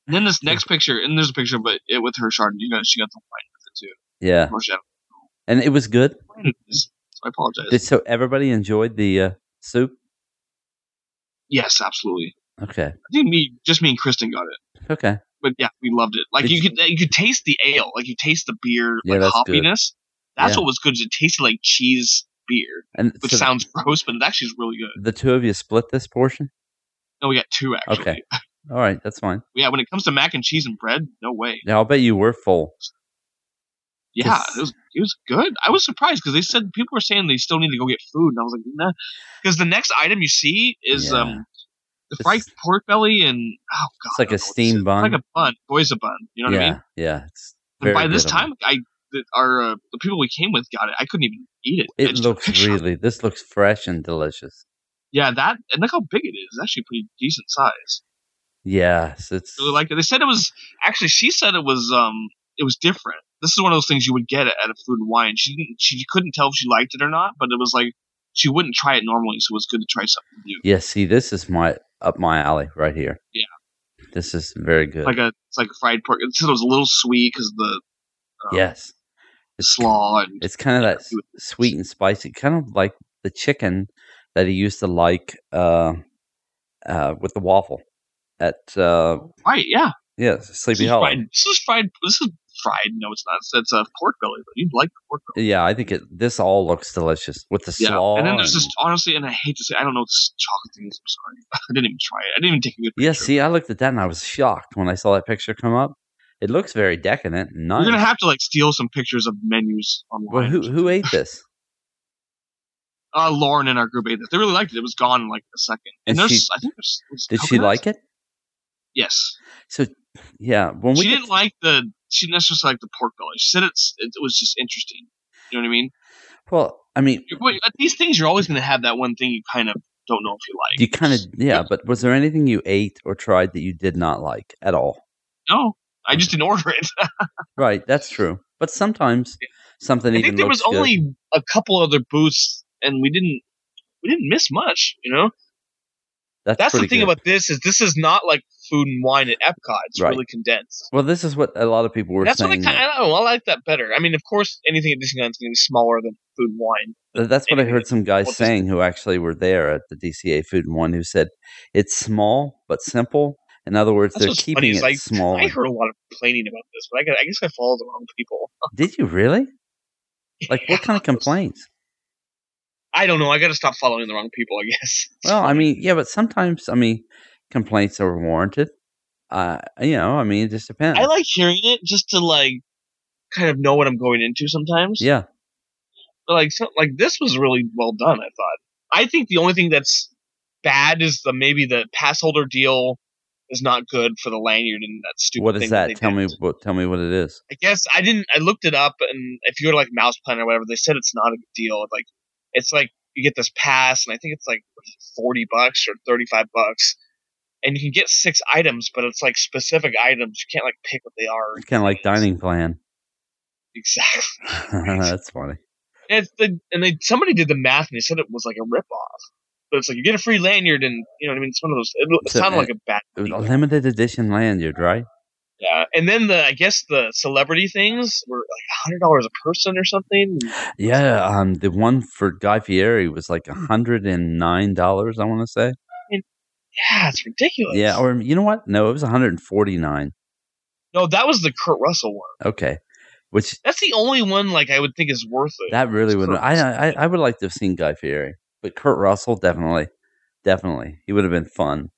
S2: and then this next picture, and there's a picture, but it with her chardonnay. You know, she got the wine with it too.
S1: Yeah,
S2: Of course, yeah.
S1: and it was good.
S2: Wine it is. So I apologize.
S1: Did, so everybody enjoyed the uh, soup.
S2: yes, absolutely.
S1: Okay,
S2: I think me, just me and Kristen got it.
S1: okay,
S2: But yeah, we loved it. Like
S1: Did
S2: you
S1: you-
S2: could, you could taste the ale. Like you taste the beer,
S1: Yeah,
S2: like
S1: that's good.
S2: hoppiness. That's
S1: Yeah.
S2: what was good. is It tasted like cheese beer,
S1: and
S2: which
S1: so
S2: sounds gross, but it actually is really good.
S1: the two of you split this portion.
S2: No, we got two actually.
S1: Okay. All right, that's fine.
S2: Yeah, when it comes to mac and cheese and bread, no way.
S1: Yeah, I'll bet you were full.
S2: Yeah,
S1: Yes.
S2: it was it was good. I was surprised because they said people were saying they still need to go get food, and I was like, nah. Because the next item you see is
S1: Yeah.
S2: um the
S1: It's-
S2: fried pork belly and oh god,
S1: like
S2: I
S1: a
S2: don't know what this
S1: steam
S2: is.
S1: bun.
S2: It's like a bun, boy's a bun. You know
S1: yeah,
S2: what I mean?
S1: yeah. It's
S2: And by
S1: very
S2: this
S1: good of 'em.
S2: time, I the, our uh, the people we came with got it. I couldn't even eat it.
S1: it
S2: It's-
S1: looks really. This looks fresh and delicious.
S2: yeah that and look how big it is. It's actually pretty decent size.
S1: Yes, it's
S2: Really liked it. They said it was actually she said it was um it was different. This is one of those things you would get at, at a food and wine. She didn't she couldn't tell if she liked it or not, but it was like she wouldn't try it normally, so it was good to try something new.
S1: Yeah, see, this is my up my alley right here.
S2: Yeah.
S1: this is very good.
S2: Like uh, a it's like a fried pork. It said it was a little sweet because the um,
S1: yes,
S2: slaw and
S1: It's kind of that s-
S2: do
S1: sweet and spicy, kind of like the chicken that he used to like uh, uh, with the waffle at uh,
S2: right. Yeah,
S1: yeah
S2: this
S1: Sleepy
S2: is,
S1: Hollow.
S2: fried, this is fried. This is fried. No, it's not. It's, it's a pork belly, but you'd like the pork belly.
S1: Yeah, I think it, this all looks delicious with the
S2: Yeah,
S1: slaw.
S2: and then there's
S1: and-
S2: this honestly, and I hate to say, I don't know what this chocolate thing is. I'm sorry, I didn't even try it. I didn't even take a good picture.
S1: yeah, see, I looked at that and I was shocked when I saw that picture come up. It looks very decadent. and Nice.
S2: We're gonna have to like steal some pictures of menus
S1: well,
S2: online.
S1: who who ate this?
S2: uh, Lauren in our group ate that. They really liked it. It was gone in like a second.
S1: And
S2: And, there's,
S1: she-
S2: I think there's. there's
S1: Did she
S2: coconuts?
S1: like it?
S2: Yes.
S1: So yeah, when we
S2: she
S1: get
S2: didn't like the. She didn't necessarily like the pork belly. She said it's. It was just interesting. You know what I mean?
S1: well, I mean,
S2: You- But at these things, you're always gonna have that one thing you kind of don't know if you like.
S1: you kind of yeah. But was there anything you ate or tried that you did not like at all?
S2: No, I just didn't order it.
S1: Right, that's true. But sometimes something
S2: I
S1: even
S2: think there was
S1: looks good.
S2: only a couple other booths, and we didn't. We didn't miss much, you know.
S1: that's,
S2: That's the
S1: pretty
S2: thing
S1: good.
S2: about this is this is not like food and wine at Epcot. It's
S1: Right.
S2: really condensed.
S1: Well, this is what a lot of people were
S2: That's what I
S1: saying.
S2: kind of, I don't know, I like that better. I mean, of course, anything at Disneyland's going to be smaller than food and wine.
S1: Th- that's what I
S2: anything
S1: heard some guys
S2: Walt Disney-
S1: saying who actually were there at the DCA Food and One who said it's small but simple. In other words,
S2: That's
S1: they're
S2: what's funny
S1: keeping
S2: is,
S1: it
S2: like,
S1: small.
S2: I heard a lot of complaining about this, but I, got, I guess I followed the wrong people.
S1: Did you really? Like what kind of complaints?
S2: I don't know. I got to stop following the wrong people, I guess.
S1: Well, I mean, yeah, but sometimes I mean complaints are warranted. Uh, you know, I mean, it just depends.
S2: I like hearing it just to, like, kind of know what I'm going into sometimes.
S1: yeah,
S2: But, like, so, like this was really well done, I thought. I think the only thing that's bad is the maybe the pass holder deal is not good for the lanyard and that stupid
S1: what
S2: thing
S1: is that?
S2: they
S1: Tell
S2: did.
S1: me what. Tell me what it is.
S2: I guess I didn't. I looked it up, and if you go to like Mouse Planet or whatever, they said it's not a big deal. Like, it's like you get this pass, and I think it's like forty bucks or thirty-five bucks, and you can get six items, but it's like specific items. You can't like pick what they are.
S1: It's kind of like dining plan.
S2: Exactly.
S1: that's funny.
S2: And it's the and they somebody did the math, and they said it was like a ripoff. But it's like you get a free lanyard, and you know what I mean. It's one of those. It, it
S1: So,
S2: sounded
S1: uh,
S2: like a bad.
S1: It was a
S2: deal.
S1: limited edition lanyard, right?
S2: Yeah, and then the I guess the celebrity things were like hundred dollars a person or something.
S1: Yeah, um, the one for Guy Fieri was like hundred and nine dollars. I want to say.
S2: Yeah, it's ridiculous.
S1: Yeah, or you know what? No, it was one hundred and forty nine.
S2: No, that was the Kurt Russell one.
S1: Okay, which
S2: That's the only one like I would think is worth it.
S1: that really would.
S2: Kurt
S1: I, I I would like to have seen Guy Fieri, but Kurt Russell definitely, definitely, he would have been fun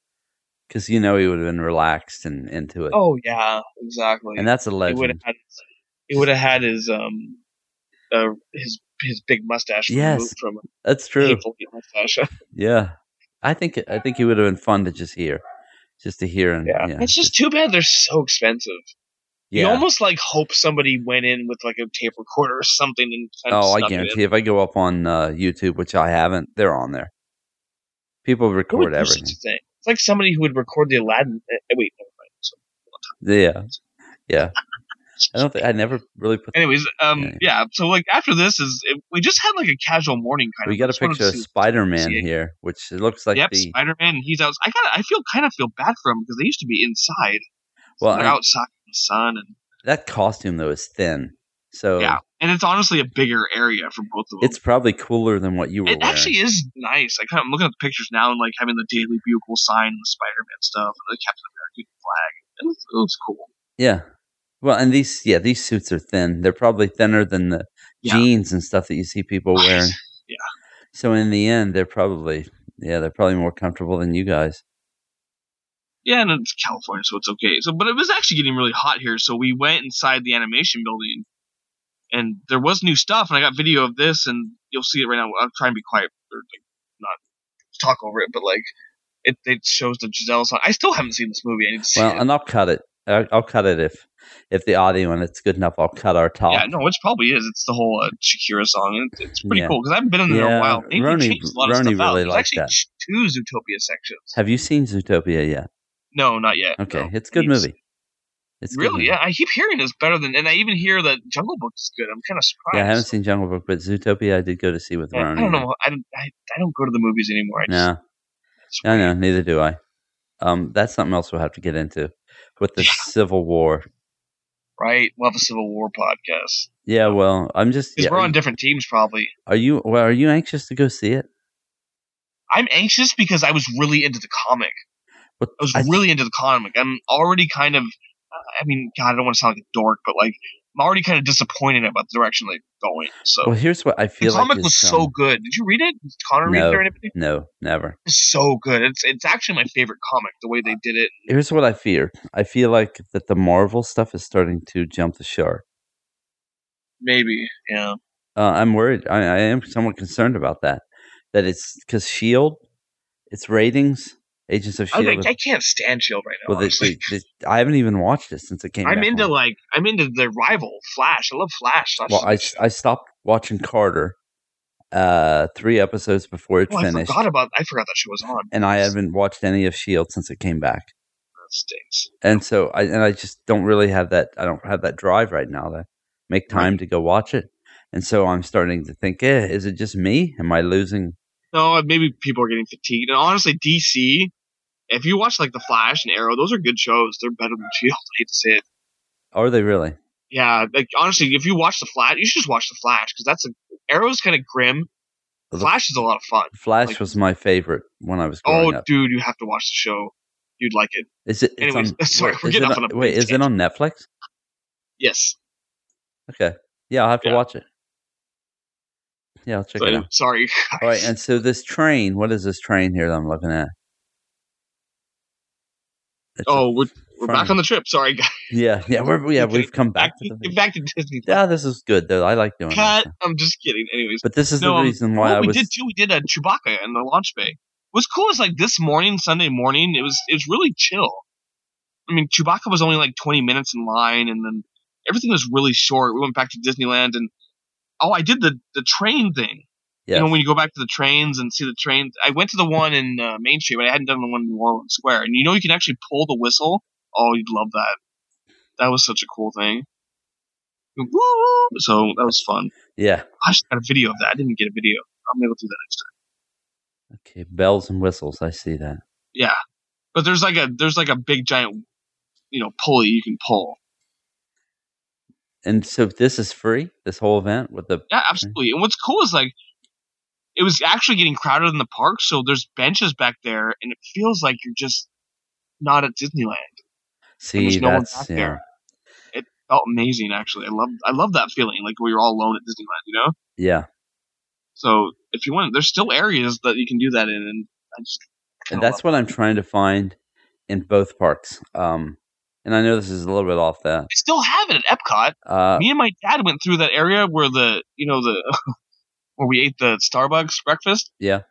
S1: because you know he would have been relaxed and into it.
S2: oh yeah, exactly.
S1: and that's a
S2: he would have
S1: legend.
S2: had he would have had his um uh, his his big mustache
S1: Yes.
S2: removed from
S1: That's
S2: a
S1: true.
S2: hateful mustache.
S1: Yeah, I think I think he would have been fun to just hear, just to hear and
S2: yeah. It's just too bad they're so expensive. You
S1: Yeah.
S2: almost like hope somebody went in with like a tape recorder or something and kind of
S1: Oh, I
S2: snuck it in.
S1: guarantee if I go up on uh, YouTube, which I haven't, they're on there. People
S2: Who would
S1: record
S2: do such a
S1: everything.
S2: thing? It's like somebody who would record the Aladdin. eh, eh, wait, never mind.
S1: Yeah,
S2: So-
S1: yeah. I don't think I never really put.
S2: Anyways, um,
S1: Yeah.
S2: yeah. So like after this is it, we just had like a casual morning kind
S1: We
S2: of.
S1: got a
S2: just wanted
S1: picture of
S2: to see-
S1: Spider Man
S2: see it.
S1: here, which it looks like
S2: yep,
S1: the
S2: Spider Man. He's out. I kind of I feel kind of feel bad for him because they used to be inside.
S1: well
S2: they're
S1: and
S2: outside in the sun and
S1: that costume though is thin, so
S2: yeah, and it's honestly a bigger area for both of them.
S1: Oh. it's probably cooler than what you were
S2: it
S1: wearing.
S2: actually is nice. I kind of, I'm looking at the pictures now and like having the Daily Bugle sign, the Spider Man stuff, and the Captain America flag. It looks, it looks cool.
S1: yeah. Well, and these yeah these suits are thin. They're probably thinner than the
S2: Yeah.
S1: jeans and stuff that you see people
S2: Right.
S1: wearing.
S2: Yeah.
S1: So in the end, they're probably yeah they're probably more comfortable than you guys.
S2: Yeah, and it's California, so it's okay. So, but it was actually getting really hot here, so we went inside the animation building, and there was new stuff, and I got video of this, and you'll see it right now. I'm trying to be quiet or like not talk over it, but like it, it shows the Giselle song. I still haven't seen this movie. I need to see
S1: Well,
S2: it.
S1: and I'll cut it. I- I'll cut it if if the audio and it's good enough. I'll cut our talk.
S2: Yeah, no, it probably is. It's the whole uh, Shakira song, and it's, it's pretty
S1: Yeah.
S2: cool because I haven't been in there in
S1: Yeah,
S2: a while. They, they
S1: Roni-
S2: changed a lot
S1: Roni
S2: of stuff out.
S1: really
S2: There's
S1: liked
S2: actually
S1: that.
S2: two Zootopia sections.
S1: Have you seen Zootopia yet?
S2: No, not yet.
S1: Okay,
S2: no.
S1: it's a good
S2: He's-
S1: movie. It's a good
S2: really,
S1: movie.
S2: yeah. I keep hearing it's better than, and I even hear that Jungle Book is good. I'm kind of surprised.
S1: Yeah, I haven't seen Jungle Book, but Zootopia I did go to see with
S2: I
S1: Ronnie.
S2: don't know. I, don't- I, I don't go to the movies anymore. I just,
S1: No, I know. Neither do I. Um, that's something else we'll have to get into with the
S2: Yeah.
S1: Civil War.
S2: Right? We'll have a Civil War podcast
S1: Yeah, well, I'm just.
S2: because
S1: Yeah,
S2: we're on different teams probably.
S1: are you? Well, are you anxious to go see it?
S2: I'm anxious because I was really into the comic.
S1: What-
S2: I was
S1: I-
S2: really into the comic. I'm already kind of, I mean, God, I don't want to sound like a dork, but like, I'm already kind of disappointed about the direction they're going. So
S1: Well, here's what I
S2: the
S1: feel.
S2: comic
S1: like
S2: was
S1: is,
S2: so
S1: um,
S2: good. Did you read it? Did Connor read
S1: No.
S2: it or anything?
S1: No, never.
S2: It's so good. It's it's actually my favorite comic. The way they did it.
S1: Here's what I fear. I feel like that the Marvel stuff is starting to jump the shark.
S2: Maybe. Yeah.
S1: uh, I'm worried. I, I am somewhat concerned about that. That it's because Shield, E its ratings, Agents of
S2: I,
S1: Shield.
S2: like, I can't stand Shield right now.
S1: well, the,
S2: honestly.
S1: the- the- I haven't even watched it since it came.
S2: I'm
S1: back
S2: into
S1: on.
S2: like I'm into the rival Flash. I love Flash. Flash
S1: Well, I,
S2: is-
S1: I stopped watching Carter uh, three episodes before it
S2: oh, I
S1: finished,
S2: forgot about I forgot that show was on.
S1: and I haven't watched any of Shield since it came back.
S2: That stinks.
S1: And so, I and I just don't really have that. I don't have that drive right now to make time to go watch it. And so I'm starting to think, eh, is it just me? Am I losing?
S2: No, maybe people are getting fatigued. And honestly, DC. If you watch like the Flash and Arrow, those are good shows. They're better than Shield. I hate to say it.
S1: Are they really?
S2: Yeah, like honestly, if you watch the Flash, you should just watch the Flash because that's a Arrow's kind of grim.
S1: The-
S2: Flash is a lot of fun.
S1: Flash
S2: Like-
S1: was my favorite when I was growing
S2: Oh,
S1: up.
S2: dude, you have to watch the show. You'd like it.
S1: Is it? It's
S2: Anyways,
S1: on,
S2: sorry,
S1: wait,
S2: we're
S1: is
S2: getting
S1: it
S2: off on a
S1: wait,
S2: big
S1: is it on Netflix?
S2: Yes.
S1: Okay, yeah, I'll have to
S2: Yeah.
S1: watch it. Yeah, I'll check
S2: So,
S1: it out.
S2: sorry.
S1: All right, and so this train, what is this train here that I'm looking at? It's a-
S2: oh, we're, we're back
S1: Fine.
S2: on the trip. Sorry, guys.
S1: yeah, yeah, we're, yeah,
S2: Get
S1: we've come back.
S2: Back,
S1: to the,
S2: back to Disney.
S1: yeah, this is good though. I like doing this.
S2: Cut. I'm just kidding. Anyways,
S1: But this is
S2: No,
S1: the
S2: um,
S1: reason why
S2: what
S1: I
S2: we
S1: was.
S2: did too, we did a Chewbacca in the launch bay. What's cool is like this morning, Sunday morning, it was it was really chill. I mean, Chewbacca was only like 20 minutes in line, and then everything was really short. We went back to Disneyland, and oh, I did the the train thing.
S1: yes.
S2: You know, when you go back to the trains and see the trains, I went to the one in uh, Main Street, but I hadn't done the one in New Orleans Square. And you know, you can actually pull the whistle. Oh, you'd love that. That was such a cool thing. Woo! So that was fun.
S1: yeah.
S2: I just got a video of that. I didn't get a video. I'm able to do that next time.
S1: Okay, bells and whistles. I see that.
S2: Yeah, but there's like a there's like a big giant, you know, pulley you can pull.
S1: And so this is free. This whole event with the
S2: Yeah, absolutely. And what's cool is like, it was actually getting crowded in the park, so there's benches back there, and it feels like you're just not at Disneyland.
S1: see
S2: no one
S1: that's
S2: back
S1: yeah.
S2: there. It felt amazing. Actually, I love I love that feeling like we were all alone at Disneyland. You know,
S1: Yeah.
S2: so if you want, there's still areas that you can do that in, and I just
S1: And
S2: kinda
S1: that's what I'm trying to find in both parks. Um, and I know this is a little bit off that.
S2: I still have it at Epcot.
S1: Uh,
S2: Me and my dad went through that area where the you know the where we ate the Starbucks breakfast.
S1: Yeah.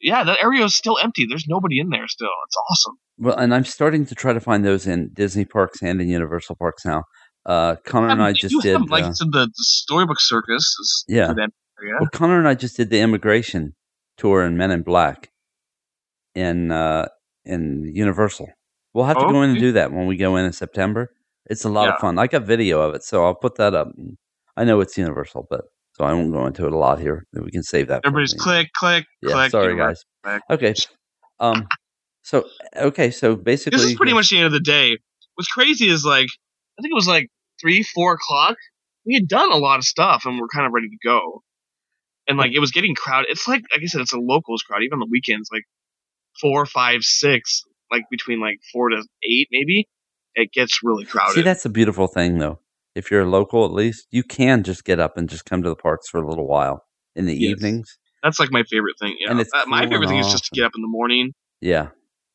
S2: Yeah, that area is still empty. There's nobody in there still. It's awesome.
S1: well, and I'm starting to try to find those in Disney parks and in Universal parks now. Uh, Connor and
S2: Yeah,
S1: I
S2: they
S1: just
S2: do
S1: did.
S2: have, like
S1: uh,
S2: you said, the, the Storybook Circus. Is
S1: Yeah.
S2: That area.
S1: Well, Connor and I just did the immigration tour in Men in Black in uh, in Universal. We'll have to go in and
S2: Okay.
S1: do that when we go in in September. It's a lot
S2: Yeah.
S1: of fun. I got video of it, so I'll put that up. I know it's Universal, but so I won't go into it a lot here. We can save that. for
S2: Everybody's
S1: the-
S2: click, click,
S1: Yeah,
S2: click.
S1: sorry
S2: you know.
S1: guys.
S2: Click.
S1: Okay. Um. So okay. So basically,
S2: This is pretty much the end of the day. What's crazy is like I think it was like three, four o'clock. We had done a lot of stuff and we're kind of ready to go. And like it was getting crowded. It's like like I said, it's a locals crowd. Even on the weekends, like four, five, six, like between like four to eight, maybe it gets really crowded.
S1: See, that's a beautiful thing, though. If you're local, at least you can just get up and just come to the parks for a little while in the
S2: Yes.
S1: evenings.
S2: That's like my favorite thing. Yeah,
S1: And it's
S2: Uh, my
S1: cool
S2: favorite
S1: and
S2: thing is just to
S1: awesome.
S2: get up in the morning,
S1: Yeah.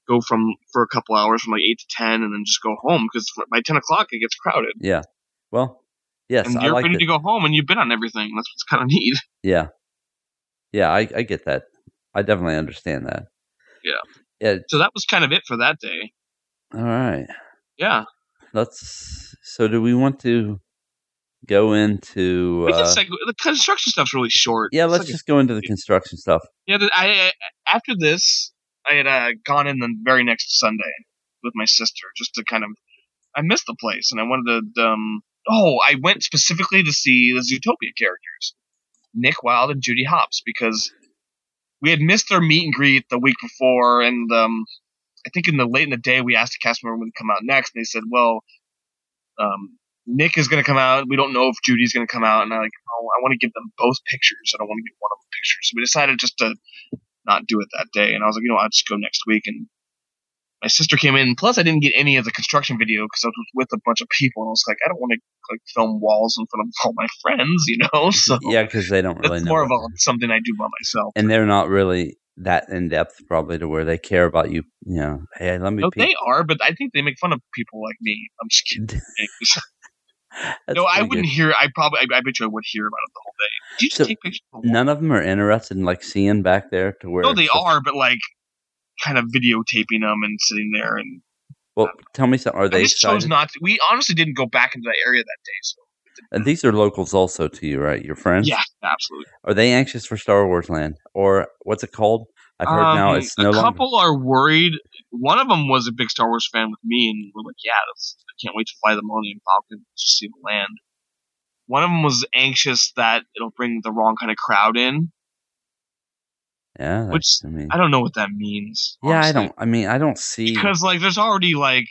S2: go from for a couple hours from like eight to ten, and then just go home because by ten o'clock it gets crowded.
S1: Yeah. Well, yes,
S2: and
S1: I
S2: you're
S1: like
S2: ready
S1: that.
S2: to go home, and you've been on everything. That's what's kind of neat.
S1: Yeah. Yeah, I, I get that. I definitely understand that.
S2: Yeah.
S1: Yeah.
S2: So that was kind of it for that day.
S1: All right.
S2: Yeah,
S1: Let's. So, do we want to go into?
S2: we can
S1: Uh,
S2: seg- the construction stuff's really short.
S1: yeah,
S2: It's
S1: let's
S2: like a-
S1: just go into the construction stuff.
S2: yeah. the- I, I after this, I had uh, gone in the very next Sunday with my sister just to kind of. I missed the place, and I wanted to. Um, oh, I went specifically to see the Zootopia characters, Nick Wilde and Judy Hopps, because we had missed their meet and greet the week before, and um, I think in the late in the day we asked the cast member when to come out next, and they said, "Well, um, Nick is going to come out. We don't know if Judy's going to come out." And I like, "Oh, I want to give them both pictures. I don't want to give one of them pictures." So we decided just to not do it that day. And I was like, "You know, I'll just go next week." And my sister came in. Plus, I didn't get any of the construction video because I was with a bunch of people, and I was like, "I don't want to like film walls in front of all my friends," you know. So
S1: Yeah, because they don't really
S2: Oh, that's
S1: know.
S2: more
S1: what
S2: of
S1: they're
S2: a, something I do by myself.
S1: and they're not really that in depth probably to where they care about you you know hey let me
S2: No,
S1: peek.
S2: they are, but I think they make fun of people like me. I'm just kidding.
S1: That's
S2: no, I
S1: pretty
S2: wouldn't hear. I probably, I, I bet you, I would hear about it the whole day. Do you just
S1: So-
S2: take pictures? Of
S1: good.
S2: the
S1: none of them are interested in like seeing back there to where
S2: wall?
S1: it's
S2: no, they
S1: just-
S2: are, but like, kind of videotaping them and sitting there. And
S1: well tell me something are
S2: I
S1: they
S2: just chose
S1: excited
S2: not. To, we honestly didn't go back into that area that day. So
S1: and these are locals also to you right your friends
S2: yeah, absolutely.
S1: are they anxious for star wars land or what's it called i've heard now
S2: Um,
S1: it's no
S2: a
S1: longer
S2: couple are worried. One of them was a big Star Wars fan with me, and we're like, "Yeah, that's, I can't wait to fly the Millennium Falcon to see the land." One of them was anxious that it'll bring the wrong kind of crowd in,
S1: yeah that's-
S2: which
S1: i mean
S2: I don't know what that means.
S1: yeah i
S2: honestly.
S1: don't i mean i don't see
S2: because like there's already like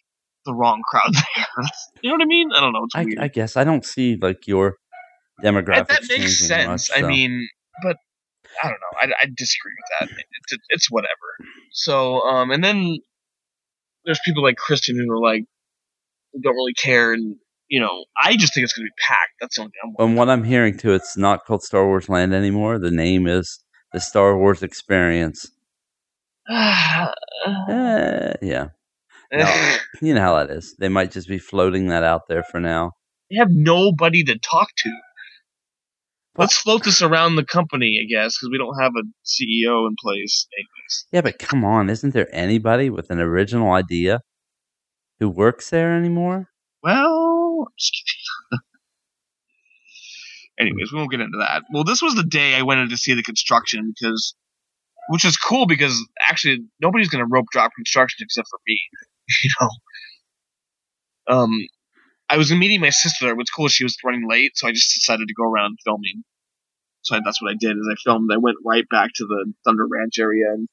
S2: the wrong crowd there. you know what I mean? I don't know. It's
S1: I,
S2: weird.
S1: I guess i don't see like your demographics
S2: And that makes
S1: changing
S2: sense.
S1: much,
S2: I
S1: so.
S2: mean, but I don't know. I, I disagree with that. It, it- it's whatever. So um, and then there's people like Christian who are like who don't really care, and you know, I just think it's gonna be packed. That's the only thing. I'm
S1: And what I'm hearing too, it's not called Star Wars Land anymore. The name is the Star Wars Experience.
S2: Um,
S1: Eh, yeah, No. you know how that is. They might just be floating that out there for now.
S2: they have nobody to talk to. Let's float this around the company, I guess, because we don't have a CEO in place. Anyways.
S1: Yeah, but come on, isn't there anybody with an original idea who works there anymore?
S2: Well, I'm just kidding. anyways, we won't get into that. Well, this was the day I went in to see the construction because, which is cool because actually nobody's going to rope drop construction except for me. You know, um, I was meeting my sister. there. What's cool is she was running late, so I just decided to go around filming. So I, that's what I did. Is I filmed. I went right back to the Thunder Ranch area, and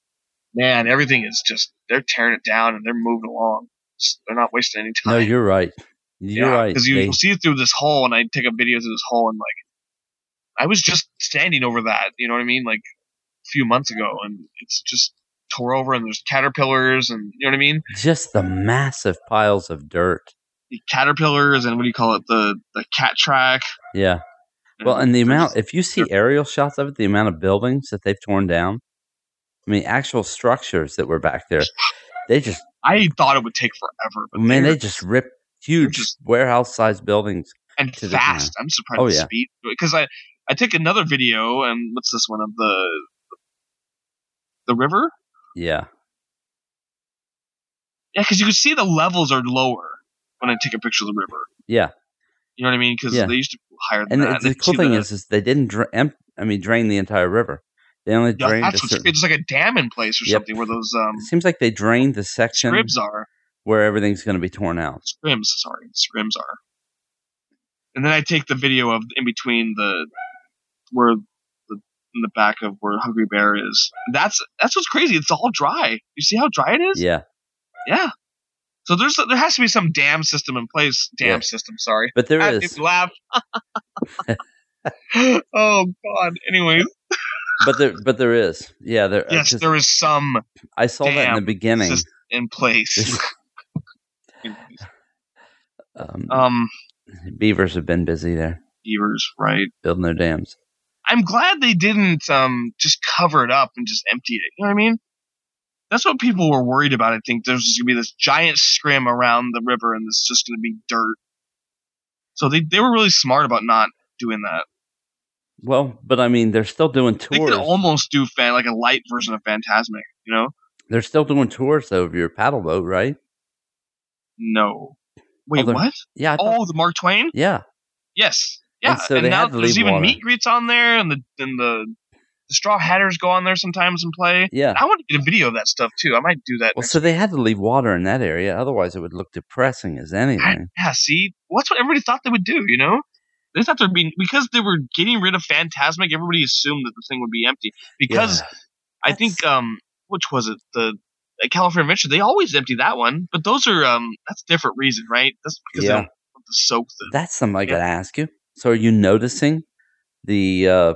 S2: man, everything is just they're tearing it down and they're moving along. They're not wasting any time.
S1: No, you're right. You're right.
S2: Because you
S1: They-
S2: you'll see it through this hole, and I take a video through this hole, and like, I was just standing over that. You know what I mean? Like a few months ago, and it's just tore over, and there's caterpillars, and you know what I mean?
S1: just the massive piles of dirt
S2: the caterpillars and what do you call it? The the cat track.
S1: Yeah. Well, and the
S2: there's-
S1: amount, if you see aerial shots of it, the amount of buildings that they've torn down, I mean, actual structures that were back there, they just,
S2: I thought it would take forever, but
S1: man,
S2: they
S1: they
S2: were-
S1: just ripped huge
S2: just-
S1: warehouse sized buildings.
S2: and
S1: to the
S2: fast. I'm surprised
S1: Oh,
S2: the
S1: yeah.
S2: speed because I I took another video and what's this one of the the river?
S1: Yeah.
S2: Yeah, because you can see the levels are lower when I take a picture of the river.
S1: Yeah.
S2: You know what I mean? Because
S1: Yeah.
S2: they used to be higher
S1: And
S2: than that.
S1: the, the
S2: They'd
S1: cool
S2: see
S1: thing
S2: the-
S1: is, is they didn't, dra- em- I mean, drain the entire river. They only
S2: Yeah,
S1: drained a
S2: that's what's
S1: certain,
S2: great. There's like a dam in place or
S1: Yep.
S2: something where those um
S1: it seems like they drained the section
S2: scribs are.
S1: where everything's going to be torn out.
S2: scrims sorry scrims are and then i take the video of in between the where the in the back of where hungry bear is that's that's what's crazy it's all dry you see how dry it is
S1: Yeah.
S2: Yeah. so there's there has to be some dam system in place dam
S1: Yeah.
S2: system sorry
S1: But there
S2: I
S1: is.
S2: didn't laugh oh god anyway
S1: But there, but there is. Yeah. There, I
S2: yes
S1: Uh, just-
S2: there is some
S1: I saw that in the
S2: damn
S1: beginning.
S2: system in place
S1: Um,
S2: um
S1: beavers have been busy there
S2: beavers right
S1: building their dams.
S2: I'm glad they didn't um, just cover it up and just empty it. You know what I mean? That's what people were worried about. I think there's just gonna be this giant scrim around the river, and it's just gonna be dirt. So they they were really smart about not doing that.
S1: Well, but I mean, they're still doing
S2: They could
S1: tours.
S2: almost do fan like a light version of Fantasmic. You know?
S1: they're still doing tours though of your paddle boat, right?
S2: No. Wait,
S1: Oh, they're-
S2: what?
S1: Yeah. I thought,
S2: Oh, the Mark Twain?
S1: yeah.
S2: Yes. Yeah.
S1: And
S2: And,
S1: so they
S2: now
S1: had to
S2: there's
S1: leave
S2: even
S1: water.
S2: meet greets on there, and the and the, the Straw Hatters go on there sometimes and play.
S1: Yeah.
S2: I want to get a video of that stuff too. I might do that.
S1: Well,
S2: next
S1: so they had to leave water in that area, otherwise it would look depressing as
S2: I,
S1: anything.
S2: yeah, see, well, that's what everybody thought they would do, you know? They thought there'd be because they were getting rid of Phantasmic. Everybody assumed that the thing would be empty because
S1: Yeah.
S2: I think um, which was it the uh, California Adventure? They always empty that one, but those are um, that's a different reason, right? That's because
S1: Yeah.
S2: they don't want to soak the
S1: that's something I got to ask you. So, are you noticing the uh,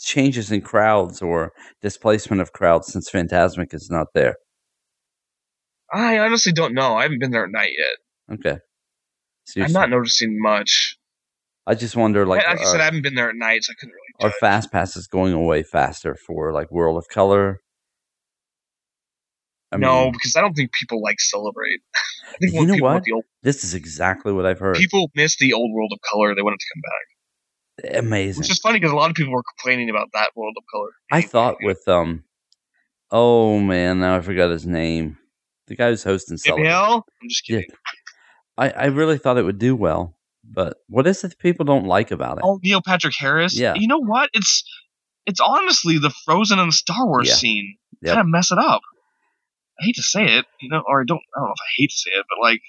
S1: changes in crowds or displacement of crowds since Fantasmic is not there?
S2: I honestly don't know. I haven't been there at night yet.
S1: Okay.
S2: I'm
S1: Seriously.
S2: not noticing much.
S1: I just wonder, like, uh,
S2: Like, I
S1: are-
S2: said, I haven't been there at night, so I couldn't really.
S1: are fast passes going away faster for like World of Color? I
S2: no,
S1: mean,
S2: because I don't think people like celebrate. I think
S1: You
S2: when
S1: know
S2: people want
S1: what?
S2: The old,
S1: this is exactly what I've heard.
S2: people miss the old world of color. They want it to come back.
S1: Amazing.
S2: Which is funny because a lot of people were complaining about that World of Color.
S1: I thought with um, oh man, now I forgot his name. The guy who's hosting
S2: Jim
S1: Celebrate.
S2: Hill? I'm just
S1: Yeah.
S2: kidding.
S1: I I really thought it would do well, but what is it that people don't like about it?
S2: Oh, Neil Patrick Harris.
S1: Yeah.
S2: You know what? It's it's honestly the Frozen and the Star Wars
S1: Yeah.
S2: scene
S1: Yep.
S2: kind of mess it up. I hate to say it, you know, or I don't. I don't know if I hate to say it, but like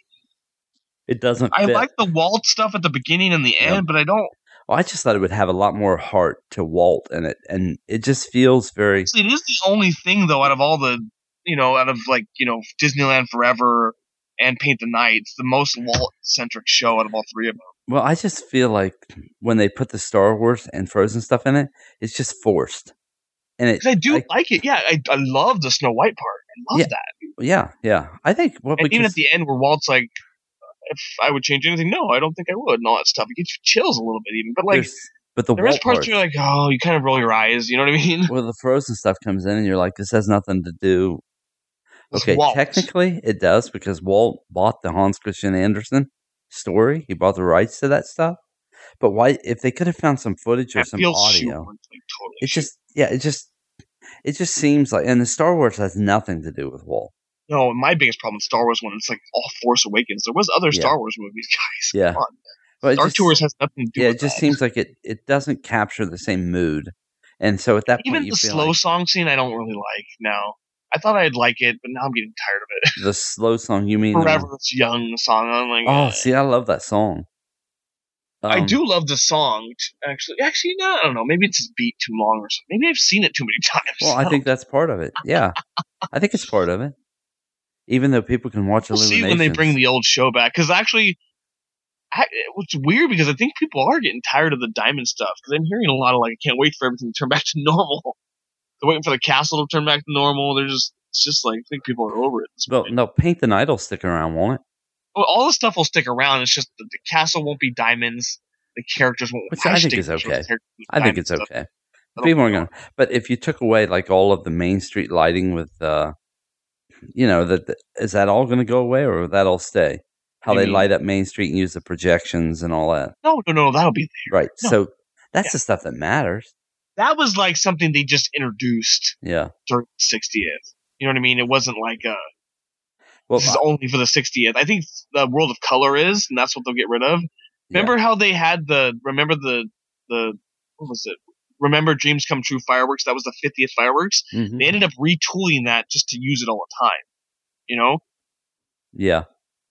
S1: It doesn't.
S2: I
S1: fit.
S2: like the Walt stuff at the beginning and the end, but I don't.
S1: Well, I just thought it would have a lot more heart to Walt in it, and it just feels very.
S2: It is the only thing though out of all the you know out of like you know Disneyland Forever and Paint the Night, it's the most Walt centric show out of all three of them.
S1: Well, I just feel like when they put the Star Wars and Frozen stuff in it, it's just forced. And it,
S2: Because I do
S1: I-
S2: like it. Yeah, I, I love the Snow White part. I love
S1: Yeah.
S2: that.
S1: yeah, yeah. I think what
S2: and
S1: we
S2: even
S1: can,
S2: at the end where Walt's like, if I would change anything, no, I don't think I would, and all that stuff. It gets you chills a little bit, even. But like,
S1: there's- but the
S2: there is
S1: Walt
S2: parts
S1: part,
S2: where you're like, oh, you kind of roll your eyes. You know what I mean?
S1: where the Frozen stuff comes in, and you're like, this has nothing to do.
S2: It's
S1: Okay,
S2: Walt.
S1: technically it does because Walt bought the Hans Christian Andersen story. He bought the rights to that stuff. But why, if they could have found some footage or
S2: That
S1: some
S2: feels
S1: audio,
S2: shoehorned, like, totally
S1: it just, yeah, it just, it just seems like, and the Star Wars has nothing to do with Walt.
S2: shoehorned. no. My biggest problem with Star Wars one, it's like all Force Awakens. There was other
S1: Yeah.
S2: Star Wars movies, guys.
S1: Yeah.
S2: Come on.
S1: But it
S2: Star
S1: just-
S2: Tours has nothing to do.
S1: yeah,
S2: with
S1: it just
S2: that.
S1: seems like it it doesn't capture the same mood, and so at that point,
S2: even
S1: you
S2: the
S1: feel
S2: slow
S1: like
S2: song scene. I don't really like now. I thought I'd like it, but now I'm getting tired of it.
S1: the slow song. You mean the-
S2: Forever it's young song. I'm like,
S1: Oh,
S2: eh.
S1: see, I love that song.
S2: I
S1: Um,
S2: do love the song. t- Actually, actually, no, I don't know. Maybe it's just beat too long or something. Maybe I've seen it too many times.
S1: Well, I think that's part of it. Yeah, I think it's part of it. Even though people can watch
S2: we'll see when they bring
S1: Illuminations.
S2: the old show back. Because actually, I, it's weird because I think people are getting tired of the diamond stuff. Because I'm hearing a lot of like, I can't wait for everything to turn back to normal. They're waiting for the castle to turn back to normal. They're just, it's just like I think people are over it.
S1: Well, no, Paint the Night will stick around, won't it?
S2: well, all the stuff will stick around. It's just the, the castle won't be diamonds. The characters won't.
S1: Which I
S2: have
S1: think is
S2: stickers with
S1: okay.
S2: characters with
S1: I think
S2: diamond
S1: it's
S2: stuff.
S1: okay.
S2: I don't-
S1: People are going, to but if you took away like all of the Main Street lighting with, uh, you know, that that- is that all going to go away or will that all stay? How
S2: What do
S1: they
S2: you mean?
S1: light up Main Street and use the projections and all that,
S2: No, no, no. That'll be.
S1: right?
S2: No.
S1: So that's
S2: Yeah.
S1: the stuff that matters.
S2: That was like something they just introduced
S1: Yeah.
S2: during the 60th. You know what I mean? It wasn't like uh,
S1: Well,
S2: this is only for the 60th. I think the World of Color is, and that's what they'll get rid of.
S1: yeah.
S2: Remember how they had the remember the the what was it? Remember Dreams Come True fireworks? That was the 50th fireworks.
S1: Mhm.
S2: They ended up retooling that just to use it all the time. You know,
S1: yeah,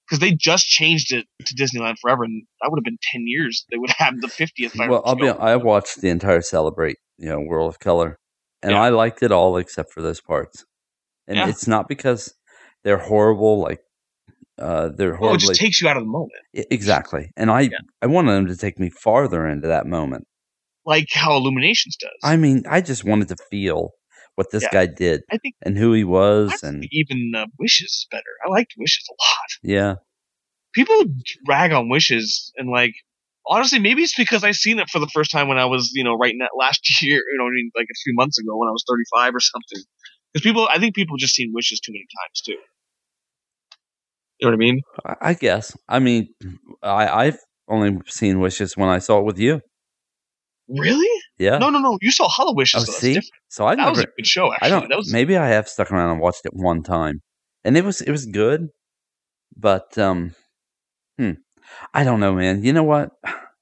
S2: because they just changed it to Disneyland Forever, and that would have been 10 years. They would have the 50th fireworks.
S1: Well, I'll be.
S2: going.
S1: I watched the entire Celebrate, you know, World of Color, and
S2: Yeah.
S1: I liked it all except for those parts. And
S2: Yeah.
S1: it's not because they're horrible, like uh, they're
S2: Well, Oh, it
S1: horribly
S2: just takes you out of the moment.
S1: I- exactly. And I,
S2: Yeah.
S1: I wanted them to take me farther into that moment.
S2: like how Illuminations does.
S1: I mean, I just wanted to feel what this
S2: Yeah.
S1: guy did
S2: I think
S1: and who he was,
S2: I
S1: and
S2: think even uh, Wishes better. I liked Wishes a lot.
S1: yeah,
S2: People rag on Wishes, and like honestly, maybe it's because I seen it for the first time when I was you know right in that last year, you know, what I mean, like a few months ago when I was thirty five or something. Because people, I think people just seen Wishes too many times too. You know what I mean?
S1: I, I guess. I mean, I, I've only seen Wishes when I saw it with you.
S2: Really?
S1: Yeah.
S2: No, no, no. You saw Hollow Wishes.
S1: oh,
S2: though. That's
S1: see,
S2: different.
S1: so I
S2: That was
S1: never,
S2: a good show. Oh, Actually,
S1: I don't.
S2: that was
S1: maybe I have stuck around and watched it one time, and it was it was good, but um, hmm, I don't know, man. You know what?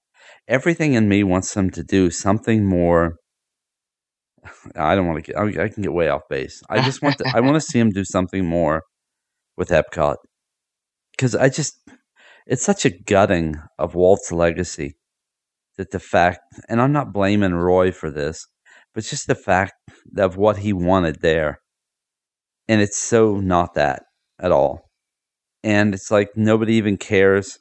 S1: Everything in me wants them to do something more. I don't want to get. I, I can get way off base. I just want. To, I want to see him do something more with Epcot because I just. It's such a gutting of Walt's legacy that the fact, and I'm not blaming Roy for this, but just the fact of what he wanted there. And it's so not that at all. And it's like nobody even cares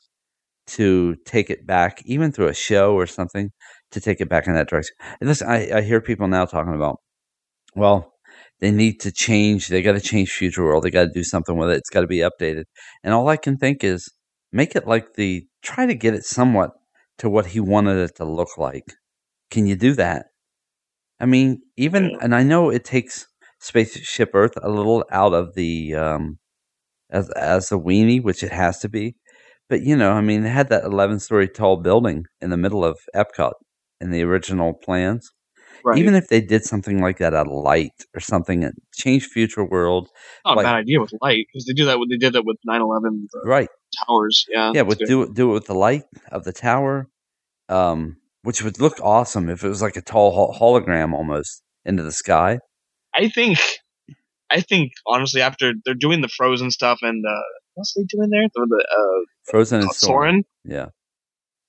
S1: to take it back, even through a show or something, to take it back in that direction. And listen, I, I hear people now talking about, well, they need to change, they got to change Future World, they got to do something with it, it's got to be updated. And all I can think is make it like the, try to get it somewhat to what he wanted it to look like. Can you do that? I mean, even
S2: Yeah.
S1: and I know it takes Spaceship Earth a little out of the um, as as a weenie, which it has to be. But you know, I mean, it had that eleven story tall building in the middle of Epcot in the original plans.
S2: right.
S1: Even if they did something like that, a light or something, and change Future World,
S2: not
S1: like-
S2: a bad idea with light because they do that. with- They did that with 9/11 the
S1: right?
S2: towers. Yeah.
S1: yeah,
S2: that's
S1: with
S2: good.
S1: do it do it with the light of the tower, um, which would look awesome if it was like a tall hol- hologram almost into the sky.
S2: I think, I think honestly, after they're doing the Frozen stuff and uh, what's they doing there? The, the
S1: Frozen
S2: uh,
S1: and Soren.
S2: Soren
S1: Yeah.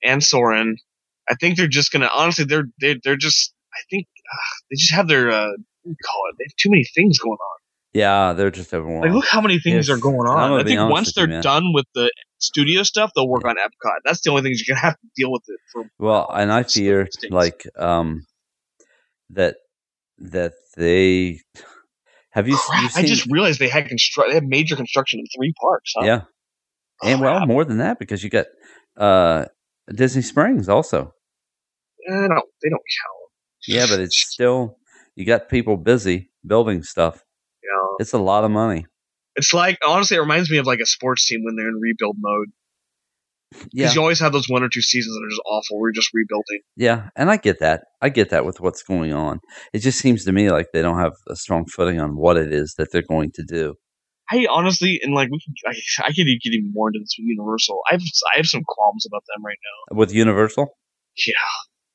S2: and Soren. I think they're just gonna honestly. They're they're, they're just. I think uh, they just have their. Uh, what do you call it? They have too many things going on.
S1: Yeah, they're just overwhelmed.
S2: Like, look how many things
S1: Yes.
S2: are going
S1: I'm gonna
S2: on. I
S1: be
S2: think
S1: honest
S2: once
S1: with you,
S2: they're
S1: man.
S2: done with the studio stuff, they'll work on Epcot. That's the only things you're gonna have to deal with it for.
S1: Well, and I
S2: It's still
S1: fear
S2: stinks.
S1: like um that that they have you,
S2: Crap,
S1: you've
S2: I
S1: seen
S2: just realized they had construct. They had major construction in three parks. Huh?
S1: yeah and well
S2: Crap.
S1: more than that because you got uh Disney Springs also
S2: Eh, no, they don't count.
S1: yeah but it's still you got people busy building stuff
S2: You know?
S1: it's a lot of money
S2: It's like honestly, it reminds me of like a sports team when they're in rebuild mode.
S1: yeah
S2: Because you always have those one or two seasons that are just awful. We're just rebuilding.
S1: yeah and I get that I get that with what's going on it just seems to me like they don't have a strong footing on what it is that they're going to do
S2: I honestly, and like we can, I, I could get even more into this with Universal. I've I have some qualms about them right now.
S1: with Universal
S2: Yeah,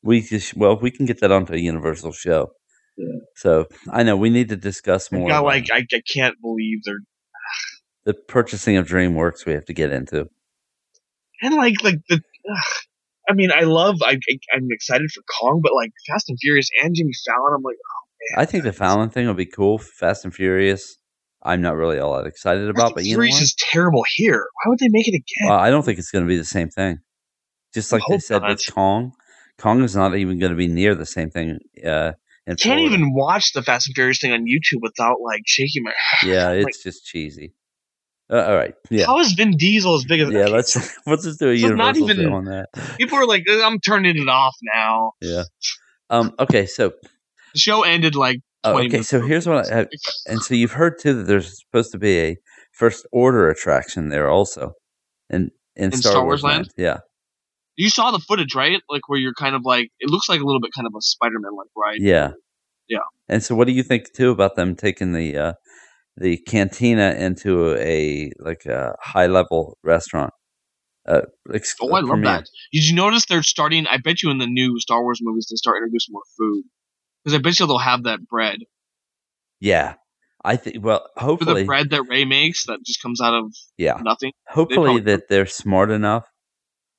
S1: We just, well, we can get that onto a Universal show.
S2: Yeah.
S1: So I know we need to discuss
S2: I've
S1: more
S2: got
S1: about
S2: like I, I can't believe they're
S1: the purchasing of DreamWorks. We have to get into.
S2: and like like the. Ugh, I mean, I love. I, I am excited for Kong, but like Fast and Furious and Jimmy Fallon. I'm like oh,
S1: I think the Fallon thing will be cool. Fast and Furious. I'm not really all that excited
S2: Fast
S1: about,
S2: and
S1: but you know
S2: Furious
S1: what?
S2: is terrible here. Why would they make it again?
S1: Well, I don't think it's going to be the same thing. Just like they
S2: hope
S1: said with Kong, Kong is not even going to be near the same thing. Uh, in
S2: I can't
S1: Florida.
S2: even watch the Fast and Furious thing on YouTube without like shaking my
S1: Yeah,
S2: like-
S1: it's just cheesy. Uh, all right. Yeah.
S2: How is Vin Diesel as big as?
S1: Yeah. Let's let's just do a
S2: So not
S1: universal
S2: even-
S1: deal on that.
S2: People are like, "Uh, I'm turning it off now.
S1: Yeah. Um. Okay. So.
S2: The show ended like.
S1: oh,
S2: 20
S1: okay.
S2: minutes
S1: So
S2: ago.
S1: here's what. I, and so you've heard too that there's supposed to be a first order attraction there also, in in, Star, Wars, Land. Yeah.
S2: you saw the footage, right? Like where you're kind of like, it looks like a little bit kind of a Spider-Man like ride.
S1: Yeah.
S2: Yeah.
S1: And so, what do you think too about them taking the uh, the cantina into a like a high level restaurant? Uh, like
S2: Oh, I love that. Did you notice they're starting? I bet you in the new Star Wars movies they start introducing more food because I bet you they'll have that bread.
S1: Yeah. I think. Well,
S2: For the
S1: hopefully,
S2: bread that Ray makes that just comes out of
S1: yeah.
S2: nothing.
S1: Hopefully
S2: probably-
S1: that they're smart enough.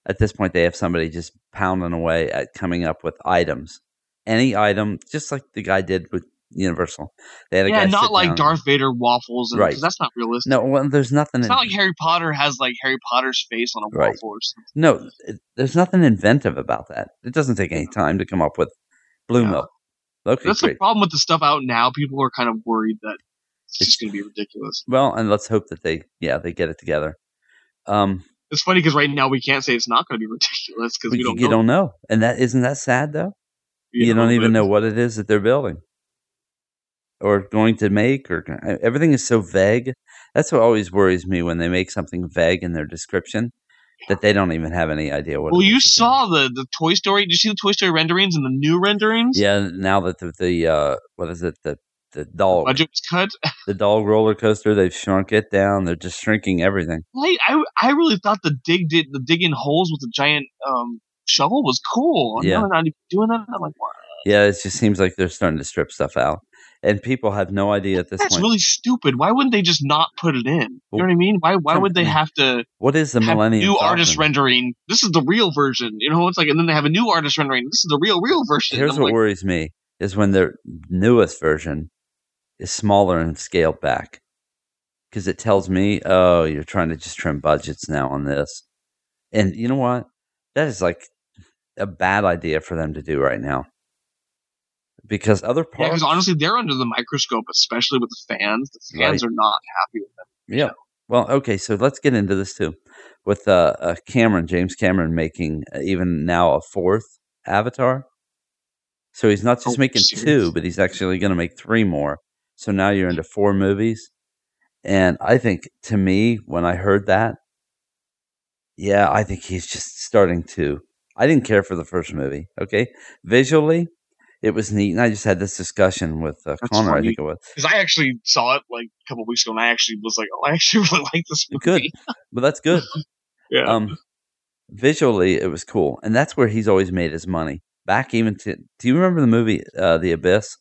S1: At this point, they have somebody just pounding away at coming up with items. Any item, just like the guy did with Universal. They had a
S2: yeah,
S1: guy
S2: not
S1: sit
S2: like
S1: down-
S2: Darth Vader waffles, and,
S1: Right.
S2: 'cause that's not realistic.
S1: No, well, there's nothing.
S2: It's
S1: in-
S2: not like Harry Potter has like Harry Potter's face on a
S1: Right.
S2: waffle or something.
S1: No, it, there's nothing inventive about that. It doesn't take any time to come up with blue
S2: Yeah.
S1: milk. Okay,
S2: That's the
S1: great.
S2: problem with the stuff out now. People are kind of worried that it's
S1: It's-
S2: just going to be ridiculous.
S1: Well, and let's hope that they, yeah, they get it together. Um,
S2: It's funny because right now we can't say it's not going to be ridiculous
S1: but
S2: because we
S1: you,
S2: don't
S1: you
S2: know.
S1: don't know, and that isn't that sad though.
S2: we
S1: you don't even
S2: but
S1: know what it is that they're building or going to make or everything is so vague that's what always worries me when they make something vague in their description that they don't even have any idea what
S2: Well,
S1: it
S2: you
S1: is that they're-
S2: saw the the Toy Story. Did you see the Toy Story renderings and the new renderings?
S1: yeah now that the, the uh what is it the the dog
S2: budget was Uh, cut.
S1: the dog roller coaster they've shrunk it down they're just shrinking everything
S2: I, I I really thought the dig did the digging holes with the giant um shovel was cool. And
S1: Yeah.
S2: now they're not even doing that. I'm like, wow,
S1: yeah it just seems like they're starting to strip stuff out and people have no idea at this
S2: that's
S1: point
S2: really stupid. Why wouldn't they just not put it in? You know what I mean? Why why would they have to
S1: what is the
S2: have
S1: millennium
S2: new artist
S1: Falcon?
S2: rendering? This is the real version. You know, it's like, and then they have a new artist rendering. This is the real real version.
S1: Here's
S2: I'm
S1: what
S2: like,
S1: worries me is when their newest version is smaller and scaled back. Because it tells me, oh, you're trying to just trim budgets now on this. And you know what? That is like a bad idea for them to do right now. Because other
S2: yeah,
S1: parts.
S2: because honestly, they're under the microscope, especially with the fans. The fans are not happy with them.
S1: Yeah. Well, okay, so let's get into this too. With uh, uh, Cameron, James Cameron making uh, even now a fourth Avatar. So he's not just
S2: Oh,
S1: making two,
S2: serious?
S1: but he's actually going to make three more. So now you're into four movies. And I think to me, when I heard that, yeah, I think he's just starting to. I didn't care for the first movie. Okay. Visually, it was neat. And I just had this discussion with uh,
S2: That's
S1: Connor, I
S2: funny.
S1: think it was.
S2: Because I actually saw it like a couple weeks ago, and I actually was like, oh, I actually really like this movie.
S1: Good. But that's good.
S2: Yeah.
S1: um visually it was cool and that's where he's always made his money back even to do you remember the movie uh the abyss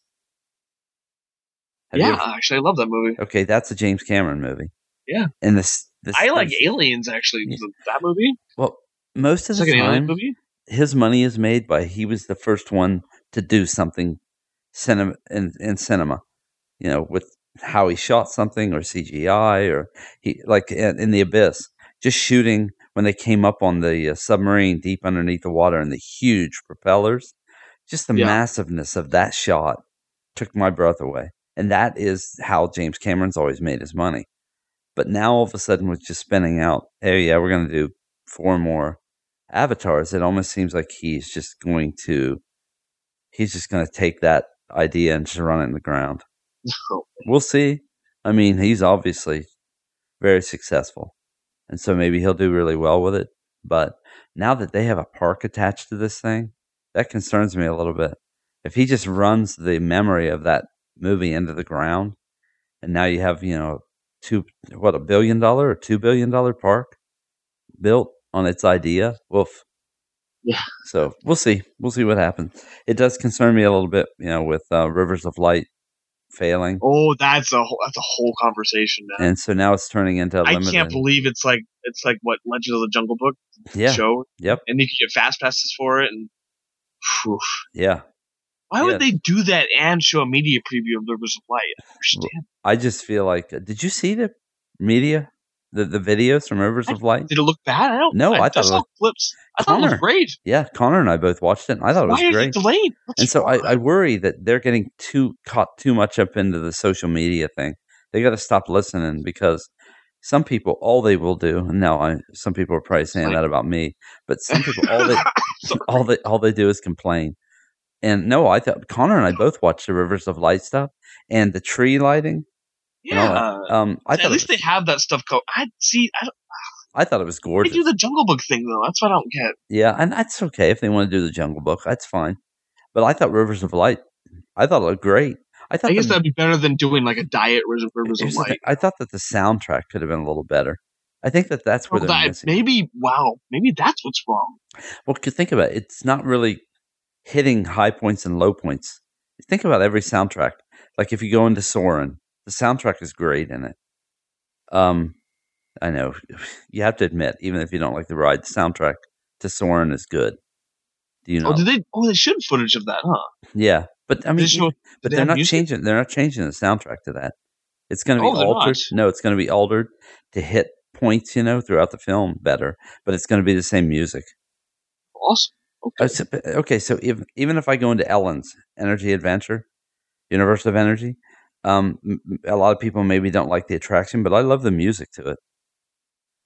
S1: Have you
S2: yeah,
S1: ever-
S2: actually, I love that movie.
S1: okay that's a james cameron movie
S2: Yeah.
S1: and this, this
S2: I like
S1: this-
S2: Aliens actually.
S1: Yeah.
S2: Th- That movie,
S1: well most of the
S2: it's like an Alien
S1: time
S2: movie.
S1: his money is made by he was the first one to do something cinema in, in cinema you know with how he shot something or cgi or he like in, in the abyss just shooting when they came up on the uh, submarine deep underneath the water and the huge propellers just the
S2: Yeah.
S1: massiveness of that shot took my breath away and that is how james cameron's always made his money but now all of a sudden with just spinning out hey yeah we're going to do four more avatars it almost seems like he's just going to he's just going to take that idea and just run it in the ground we'll see i mean he's obviously very successful and so maybe he'll do really well with it but now that they have a park attached to this thing that concerns me a little bit if he just runs the memory of that movie into the ground and now you have you know two what a billion dollar or two billion dollar park built on its idea woof
S2: Yeah.
S1: so we'll see we'll see what happens it does concern me a little bit you know with uh, rivers of light failing
S2: Oh, that's a whole, that's a whole conversation, man.
S1: and so now it's turning into a
S2: I
S1: limited
S2: can't believe it's like it's like what Legend of the Jungle Book
S1: yeah
S2: show,
S1: yep
S2: and you can get fast passes for it. And Phew.
S1: yeah
S2: why
S1: Yeah.
S2: would they do that and show a media preview of Rivers of Light? I don't understand.
S1: i just feel like uh, did you see the media the, the videos from rivers
S2: I
S1: of light
S2: Did it look bad? I don't.
S1: No, I thought it
S2: saw
S1: was-
S2: flips. I thought it
S1: Connor.
S2: was great.
S1: yeah connor and i both watched it and i thought it was
S2: Why are they
S1: great
S2: delayed? What's
S1: and so I,
S2: wrong?
S1: I worry that they're getting too caught too much up into the social media thing. They got to stop listening because Some people, all they will do, and now I, some people are probably saying
S2: Like-
S1: that about me, but some people, all they, all they, all they do is complain. And no, I thought Connor and I both watched the Rivers of Light stuff and the tree lighting. and all
S2: yeah.
S1: that. Um, I
S2: at
S1: thought,
S2: least
S1: it,
S2: they have that stuff. Co- I see. I don't,
S1: I thought it was
S2: they
S1: gorgeous.
S2: do the Jungle Book thing though. That's what I don't get.
S1: Yeah, and that's okay if they want to do the Jungle Book. That's fine. But I thought Rivers of Light, I thought it looked great. I thought
S2: I guess
S1: the-
S2: that'd be better than doing like a diet Rivers Rivers of
S1: here's the
S2: Light.
S1: thing, I thought that the soundtrack could have been a little better. I think that that's where
S2: Well,
S1: they're
S2: that-
S1: missing.
S2: maybe wow, maybe that's what's wrong.
S1: Well, 'cause think about it. It's not really hitting high points and low points. Think about every soundtrack. Like if you go into Soren, the soundtrack is great in it. Um, I know you have to admit, even if you don't like the ride, the soundtrack to Soren is good. Do you know?
S2: Oh, did they? Oh, they showed footage of that, huh?
S1: yeah, but I mean,
S2: Did they show-
S1: but
S2: they
S1: they're
S2: have
S1: not
S2: music?
S1: changing. They're not changing the soundtrack to that. It's going to be
S2: Oh, they're
S1: altered.
S2: not?
S1: No, it's going to be altered to hit points, you know, throughout the film better. But it's going to be the same music.
S2: awesome.
S1: Oh,
S2: Okay.
S1: so- but- okay, so if, even if I go into Ellen's Energy Adventure, Universe of Energy, um, m- m- a lot of people maybe don't like the attraction, but I love the music to it.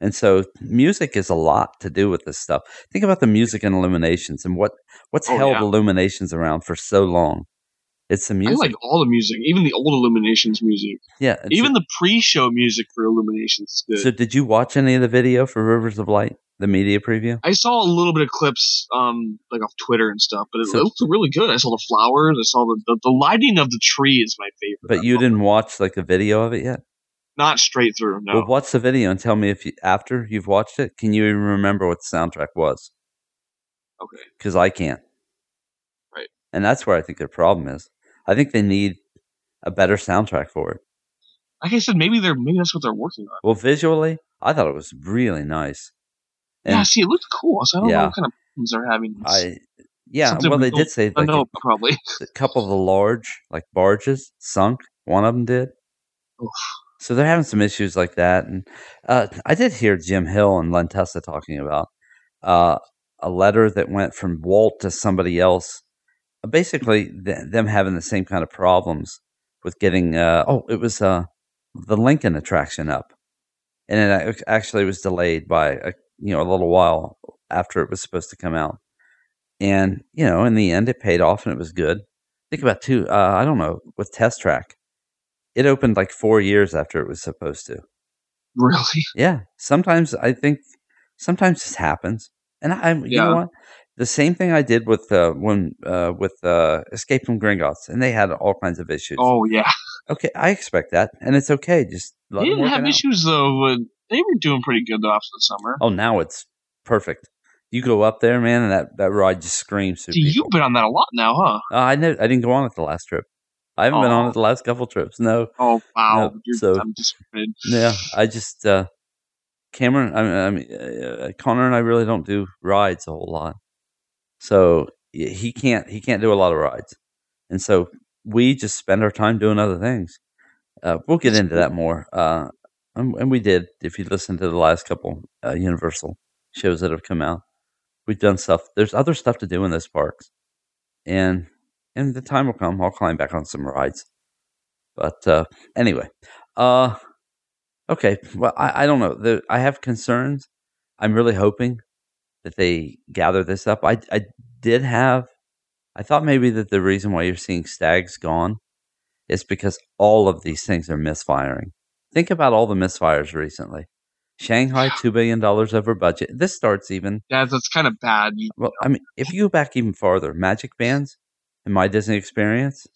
S1: And so, music is a lot to do with this stuff. Think about the music in Illuminations and what what's
S2: Oh,
S1: held
S2: yeah.
S1: Illuminations around for so long. It's the
S2: I
S1: music,
S2: like all the music, even the old Illuminations music,
S1: yeah. and so-
S2: even the pre-show music for Illuminations. is Good.
S1: So, did you watch any of the video for Rivers of Light, the media preview?
S2: I saw a little bit of clips, um, like off Twitter and stuff, but it,
S1: So-
S2: it looked really good. I saw the flowers. I saw the, the the lighting of the tree is my favorite.
S1: But you didn't watch like the video of it yet.
S2: not straight through. No,
S1: Well, watch the video and tell me if you, after you've watched it, can you even remember what the soundtrack was?
S2: okay.
S1: Because I can't.
S2: Right.
S1: And that's where I think their problem is. I think they need a better soundtrack for it.
S2: Like I said, maybe they're maybe that's what they're working on.
S1: Well, visually, I thought it was really nice. And
S2: yeah, see, it looked cool. So I don't
S1: Yeah.
S2: know what kind of problems they're having.
S1: I, yeah.
S2: Something
S1: well,
S2: we
S1: they
S2: don't-
S1: did say
S2: I
S1: like
S2: know
S1: a,
S2: probably.
S1: a couple of the large like barges sunk. One of them did.
S2: Oof.
S1: So they're having some issues like that. And uh, I did hear Jim Hill and Len Testa talking about uh, a letter that went from Walt to somebody else. uh, Basically, th- them having the same kind of problems with getting. Uh, oh, it was uh, the Lincoln attraction up, and it ac- actually was delayed by a, you know a little while after it was supposed to come out. And you know, in the end, it paid off and it was good. Think about two. Uh, I don't know with Test Track, it opened like four years after it was supposed to.
S2: Really?
S1: Yeah, sometimes I think sometimes this happens, and I, you know
S2: Yeah.
S1: what? The same thing I did with uh, when uh, with uh, Escape from Gringotts, and they had all kinds of issues.
S2: Oh yeah.
S1: Okay, I expect that, and it's okay. Just let
S2: They
S1: them
S2: didn't
S1: work
S2: have
S1: it out.
S2: issues though. But they were doing pretty good though after the summer.
S1: Oh, now it's perfect. You go up there, man, and that, that ride just screams. through
S2: See,
S1: people.
S2: you've been on that a lot now, huh?
S1: Uh, I know. I didn't go on it the last trip. I haven't been on
S2: Oh.
S1: it the last couple trips. No,
S2: Oh wow.
S1: No,
S2: You're,
S1: so-
S2: I'm disappointed.
S1: yeah. I just uh, Cameron. I mean, I mean uh, Connor and I really don't do rides a whole lot. So y- he can't. He can't do a lot of rides, and so we just spend our time doing other things. Uh, we'll get
S2: That's
S1: into
S2: cool.
S1: that more. Uh, and and we did. If you listen to the last couple uh, Universal shows that have come out, we've done stuff. There's other stuff to do in those parks, and and the time will come. I'll climb back on some rides. But uh, anyway, uh, okay. Well, I, I don't know. The, I have concerns. I'm really hoping that they gather this up. I I did have. I thought maybe that the reason why you're seeing stags gone is because all of these things are misfiring. Think about all the misfires recently. Shanghai, $2 billion over budget. This starts even,
S2: Yeah, that's kind of bad. You-
S1: well, I mean, if you go back even farther, Magic Bands in my Disney experience,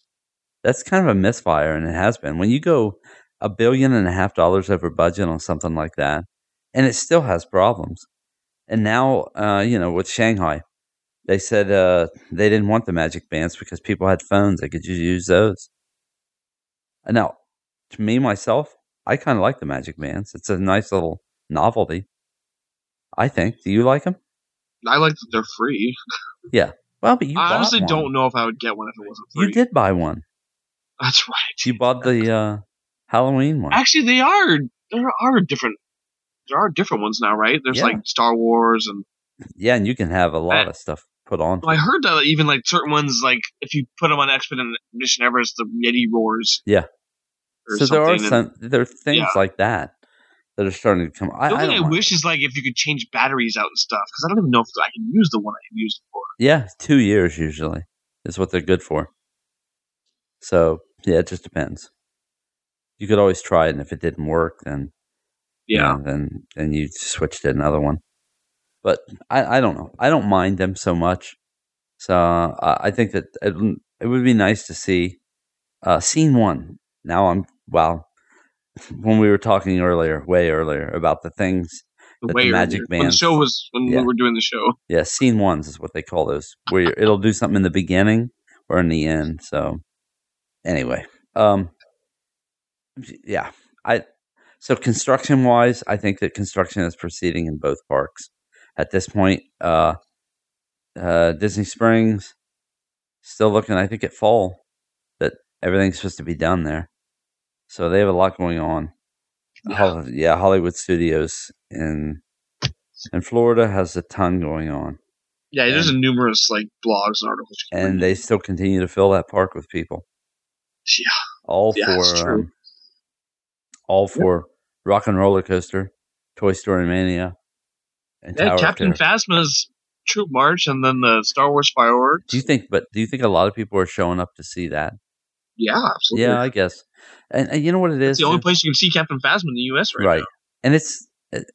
S1: that's kind of a misfire, and it has been. When you go a billion and a half dollars over budget on something like that, and it still has problems. And now, uh, you know, with Shanghai, they said uh, they didn't want the Magic Bands because people had phones; they could just use those. And Now, to me myself, I kind of like the Magic Bands. It's a nice little novelty. I think. Do you like them?
S2: I like that they're free.
S1: Well, but you
S2: I
S1: bought
S2: honestly
S1: one.
S2: don't know if I would get one if it wasn't free.
S1: You did buy one.
S2: That's right.
S1: You bought the uh, Halloween one.
S2: Actually, they are. There are different. There are different ones now, right? There's
S1: Yeah.
S2: like Star Wars, and
S1: yeah, and you can have a lot
S2: I-
S1: of stuff put on.
S2: I heard that even like certain ones, like if you put them on Expedition Mission Everest, the Yeti roars.
S1: Yeah.
S2: Or
S1: So there are
S2: something, and-
S1: some there are things
S2: Yeah.
S1: like that, that are starting to come. I,
S2: the
S1: I
S2: only
S1: don't
S2: thing I
S1: mind.
S2: wish is like if you could change batteries out and stuff because I don't even know if I can use the one I used before.
S1: Yeah, two years usually is what they're good for. So yeah, it just depends. You could always try it, and if it didn't work, then you know, then then you switch to another one. But I, I don't know. I don't mind them so much. So uh, I I think that it, it would be nice to see uh, scene one. Now I'm wow. When we were talking earlier, way earlier about the things, That
S2: the
S1: the
S2: way
S1: Magic
S2: when the
S1: Bands-
S2: show was when
S1: Yeah.
S2: we were doing the show.
S1: yeah, scene ones is what they call those, where you're- it'll do something in the beginning or in the end. So anyway, um, yeah, I so construction wise, I think that construction is proceeding in both parks at this point. Uh, uh, Disney Springs still looking, I think, at fall that everything's supposed to be done there. So they have a lot going on.
S2: Yeah.
S1: Hol- yeah, Hollywood Studios in in Florida has a ton going on.
S2: Yeah, there's a numerous like blogs and articles. you can
S1: and
S2: read.
S1: they still continue to fill that park with people.
S2: Yeah.
S1: All
S2: Yeah, it's
S1: for
S2: true.
S1: um, all for Rock and Roller Coaster, Toy Story Mania, and
S2: yeah,
S1: Tower
S2: Captain
S1: of Terror.
S2: Phasma's Troop March and then the Star Wars fireworks.
S1: Do you think? But do you think a lot of people are showing up to see that?
S2: Oh, yeah, absolutely.
S1: Yeah, I guess. And, and you know what it is?
S2: it's the only
S1: too?
S2: place you can see Captain Phasma in the U.S. right,
S1: right.
S2: now.
S1: And it's.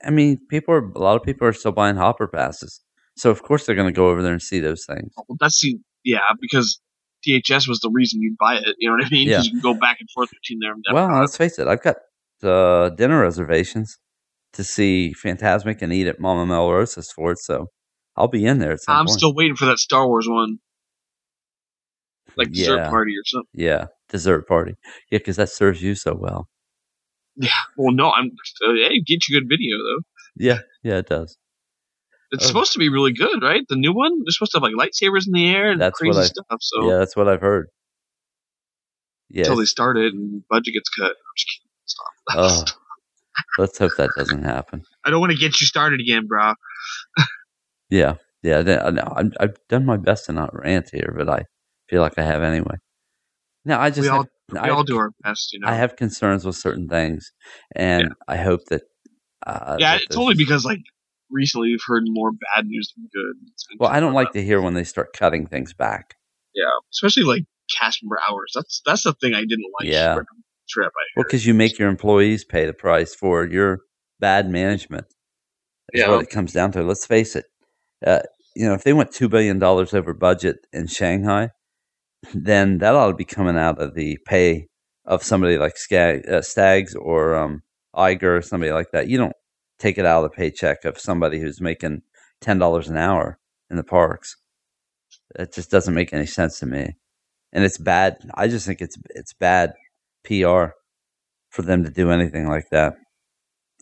S1: I mean, people are a lot of people are still buying hopper passes, so of course they're going to go over there and see those things.
S2: Well, that's the yeah because DHS was the reason you buy it. You know what I mean? 'Cause
S1: Yeah.
S2: you can go back and forth between there. And down.
S1: Well, let's face it. I've got uh, dinner reservations to see Fantasmic and eat at Mama Melrose's for it, so I'll be in there at some
S2: I'm
S1: point.
S2: still waiting for that Star Wars one, like dessert
S1: Yeah.
S2: party or something.
S1: yeah, dessert party. Yeah, because that serves you so well.
S2: Well, no, I'm. Uh, hey, get you good video though.
S1: Yeah, yeah, it does.
S2: It's
S1: Oh.
S2: supposed to be really good, right? The new one. They're supposed to have like lightsabers in the air and
S1: That's what
S2: crazy
S1: I-
S2: stuff. So
S1: Yeah, that's what I've heard. Yeah.
S2: until they start it and budget gets cut. I'm just kidding.
S1: oh, let's hope that doesn't happen.
S2: I don't want to get you started again, bro.
S1: Yeah, yeah. th- I know. I'm, I've done my best to not rant here, but I feel like I have anyway. No, I just
S2: We all-
S1: have-
S2: We
S1: I
S2: all
S1: have
S2: do our best, you know.
S1: I have concerns with certain things, and I hope that. Uh,
S2: yeah,
S1: that
S2: it's only
S1: there's-
S2: because like recently we've heard more bad news than good. It's been
S1: Well, I don't
S2: kinda-
S1: like to hear when they start cutting things back.
S2: Yeah, especially like cast member hours. That's that's the thing I didn't like.
S1: Yeah.
S2: for Trip. I
S1: Well, because you make your employees pay the price for your bad management. Is
S2: Yeah.
S1: what it comes down to. Let's face it. Uh, you know, if they went two billion dollars over budget in Shanghai, then that ought to be coming out of the pay of somebody like Skag, uh, Stags or um, Iger or somebody like that. You don't take it out of the paycheck of somebody who's making ten dollars an hour in the parks. That just doesn't make any sense to me, and it's bad. I just think it's it's bad PR for them to do anything like that,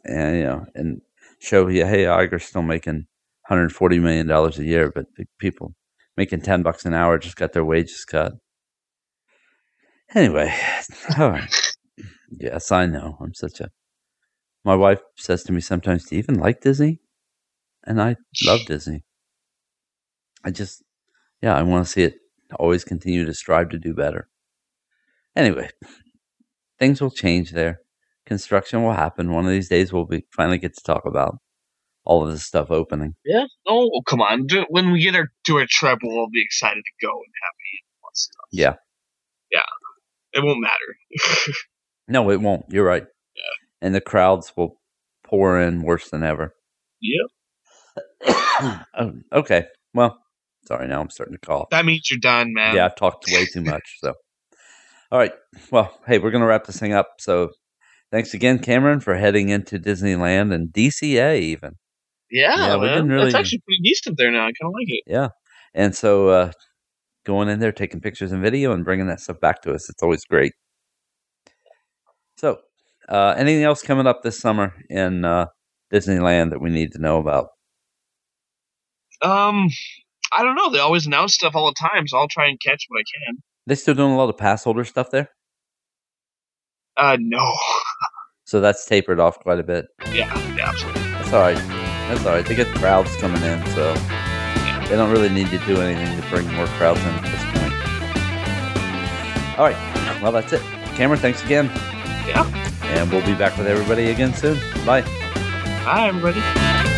S1: and you know, and show yeah, hey, Iger's still making 140 million dollars a year, but the people making 10 bucks an hour just got their wages cut. Anyway, all right. yes, I know. I'm such a. My wife says to me sometimes, "Do you even like Disney?" And I love Disney. I just, yeah, I want to see it always continue to strive to do better. Anyway, things will change there. Construction will happen. One of these days, we'll be finally get to talk about all of this stuff opening.
S2: yeah. Oh, well, come on. Do, when we get our, to our trip, we'll all be excited to go and happy and all that stuff.
S1: Yeah.
S2: Yeah. It won't matter.
S1: No, it won't. You're right. And the crowds will pour in worse than ever.
S2: yeah.
S1: oh, okay. Well, sorry. Now I'm starting to cough.
S2: That means you're done, man.
S1: yeah, I've talked way too much. So, all right. Well, hey, we're going to wrap this thing up. So, thanks again, Cameron, for heading into Disneyland and DCA even.
S2: Yeah.
S1: Yeah, we
S2: man.
S1: didn't really-
S2: That's actually pretty decent there now. I kind of like it.
S1: And so, uh, going in there, taking pictures and video, and bringing that stuff back to us, it's always great. So, uh, anything else coming up this summer in uh, Disneyland that we need to know about?
S2: Um, I don't know. They always announce stuff all the time, so I'll try and catch what I can.
S1: They still doing a lot of pass holder stuff there,
S2: Uh, no.
S1: so that's tapered off quite a bit.
S2: Yeah, yeah, absolutely.
S1: That's all right. That's all right. They get crowds coming in, so they don't really need to do anything to bring more crowds in at this point. All right. Well, that's it. Cameron, thanks again.
S2: Yeah.
S1: And we'll be back with everybody again soon. Bye.
S2: Hi, everybody.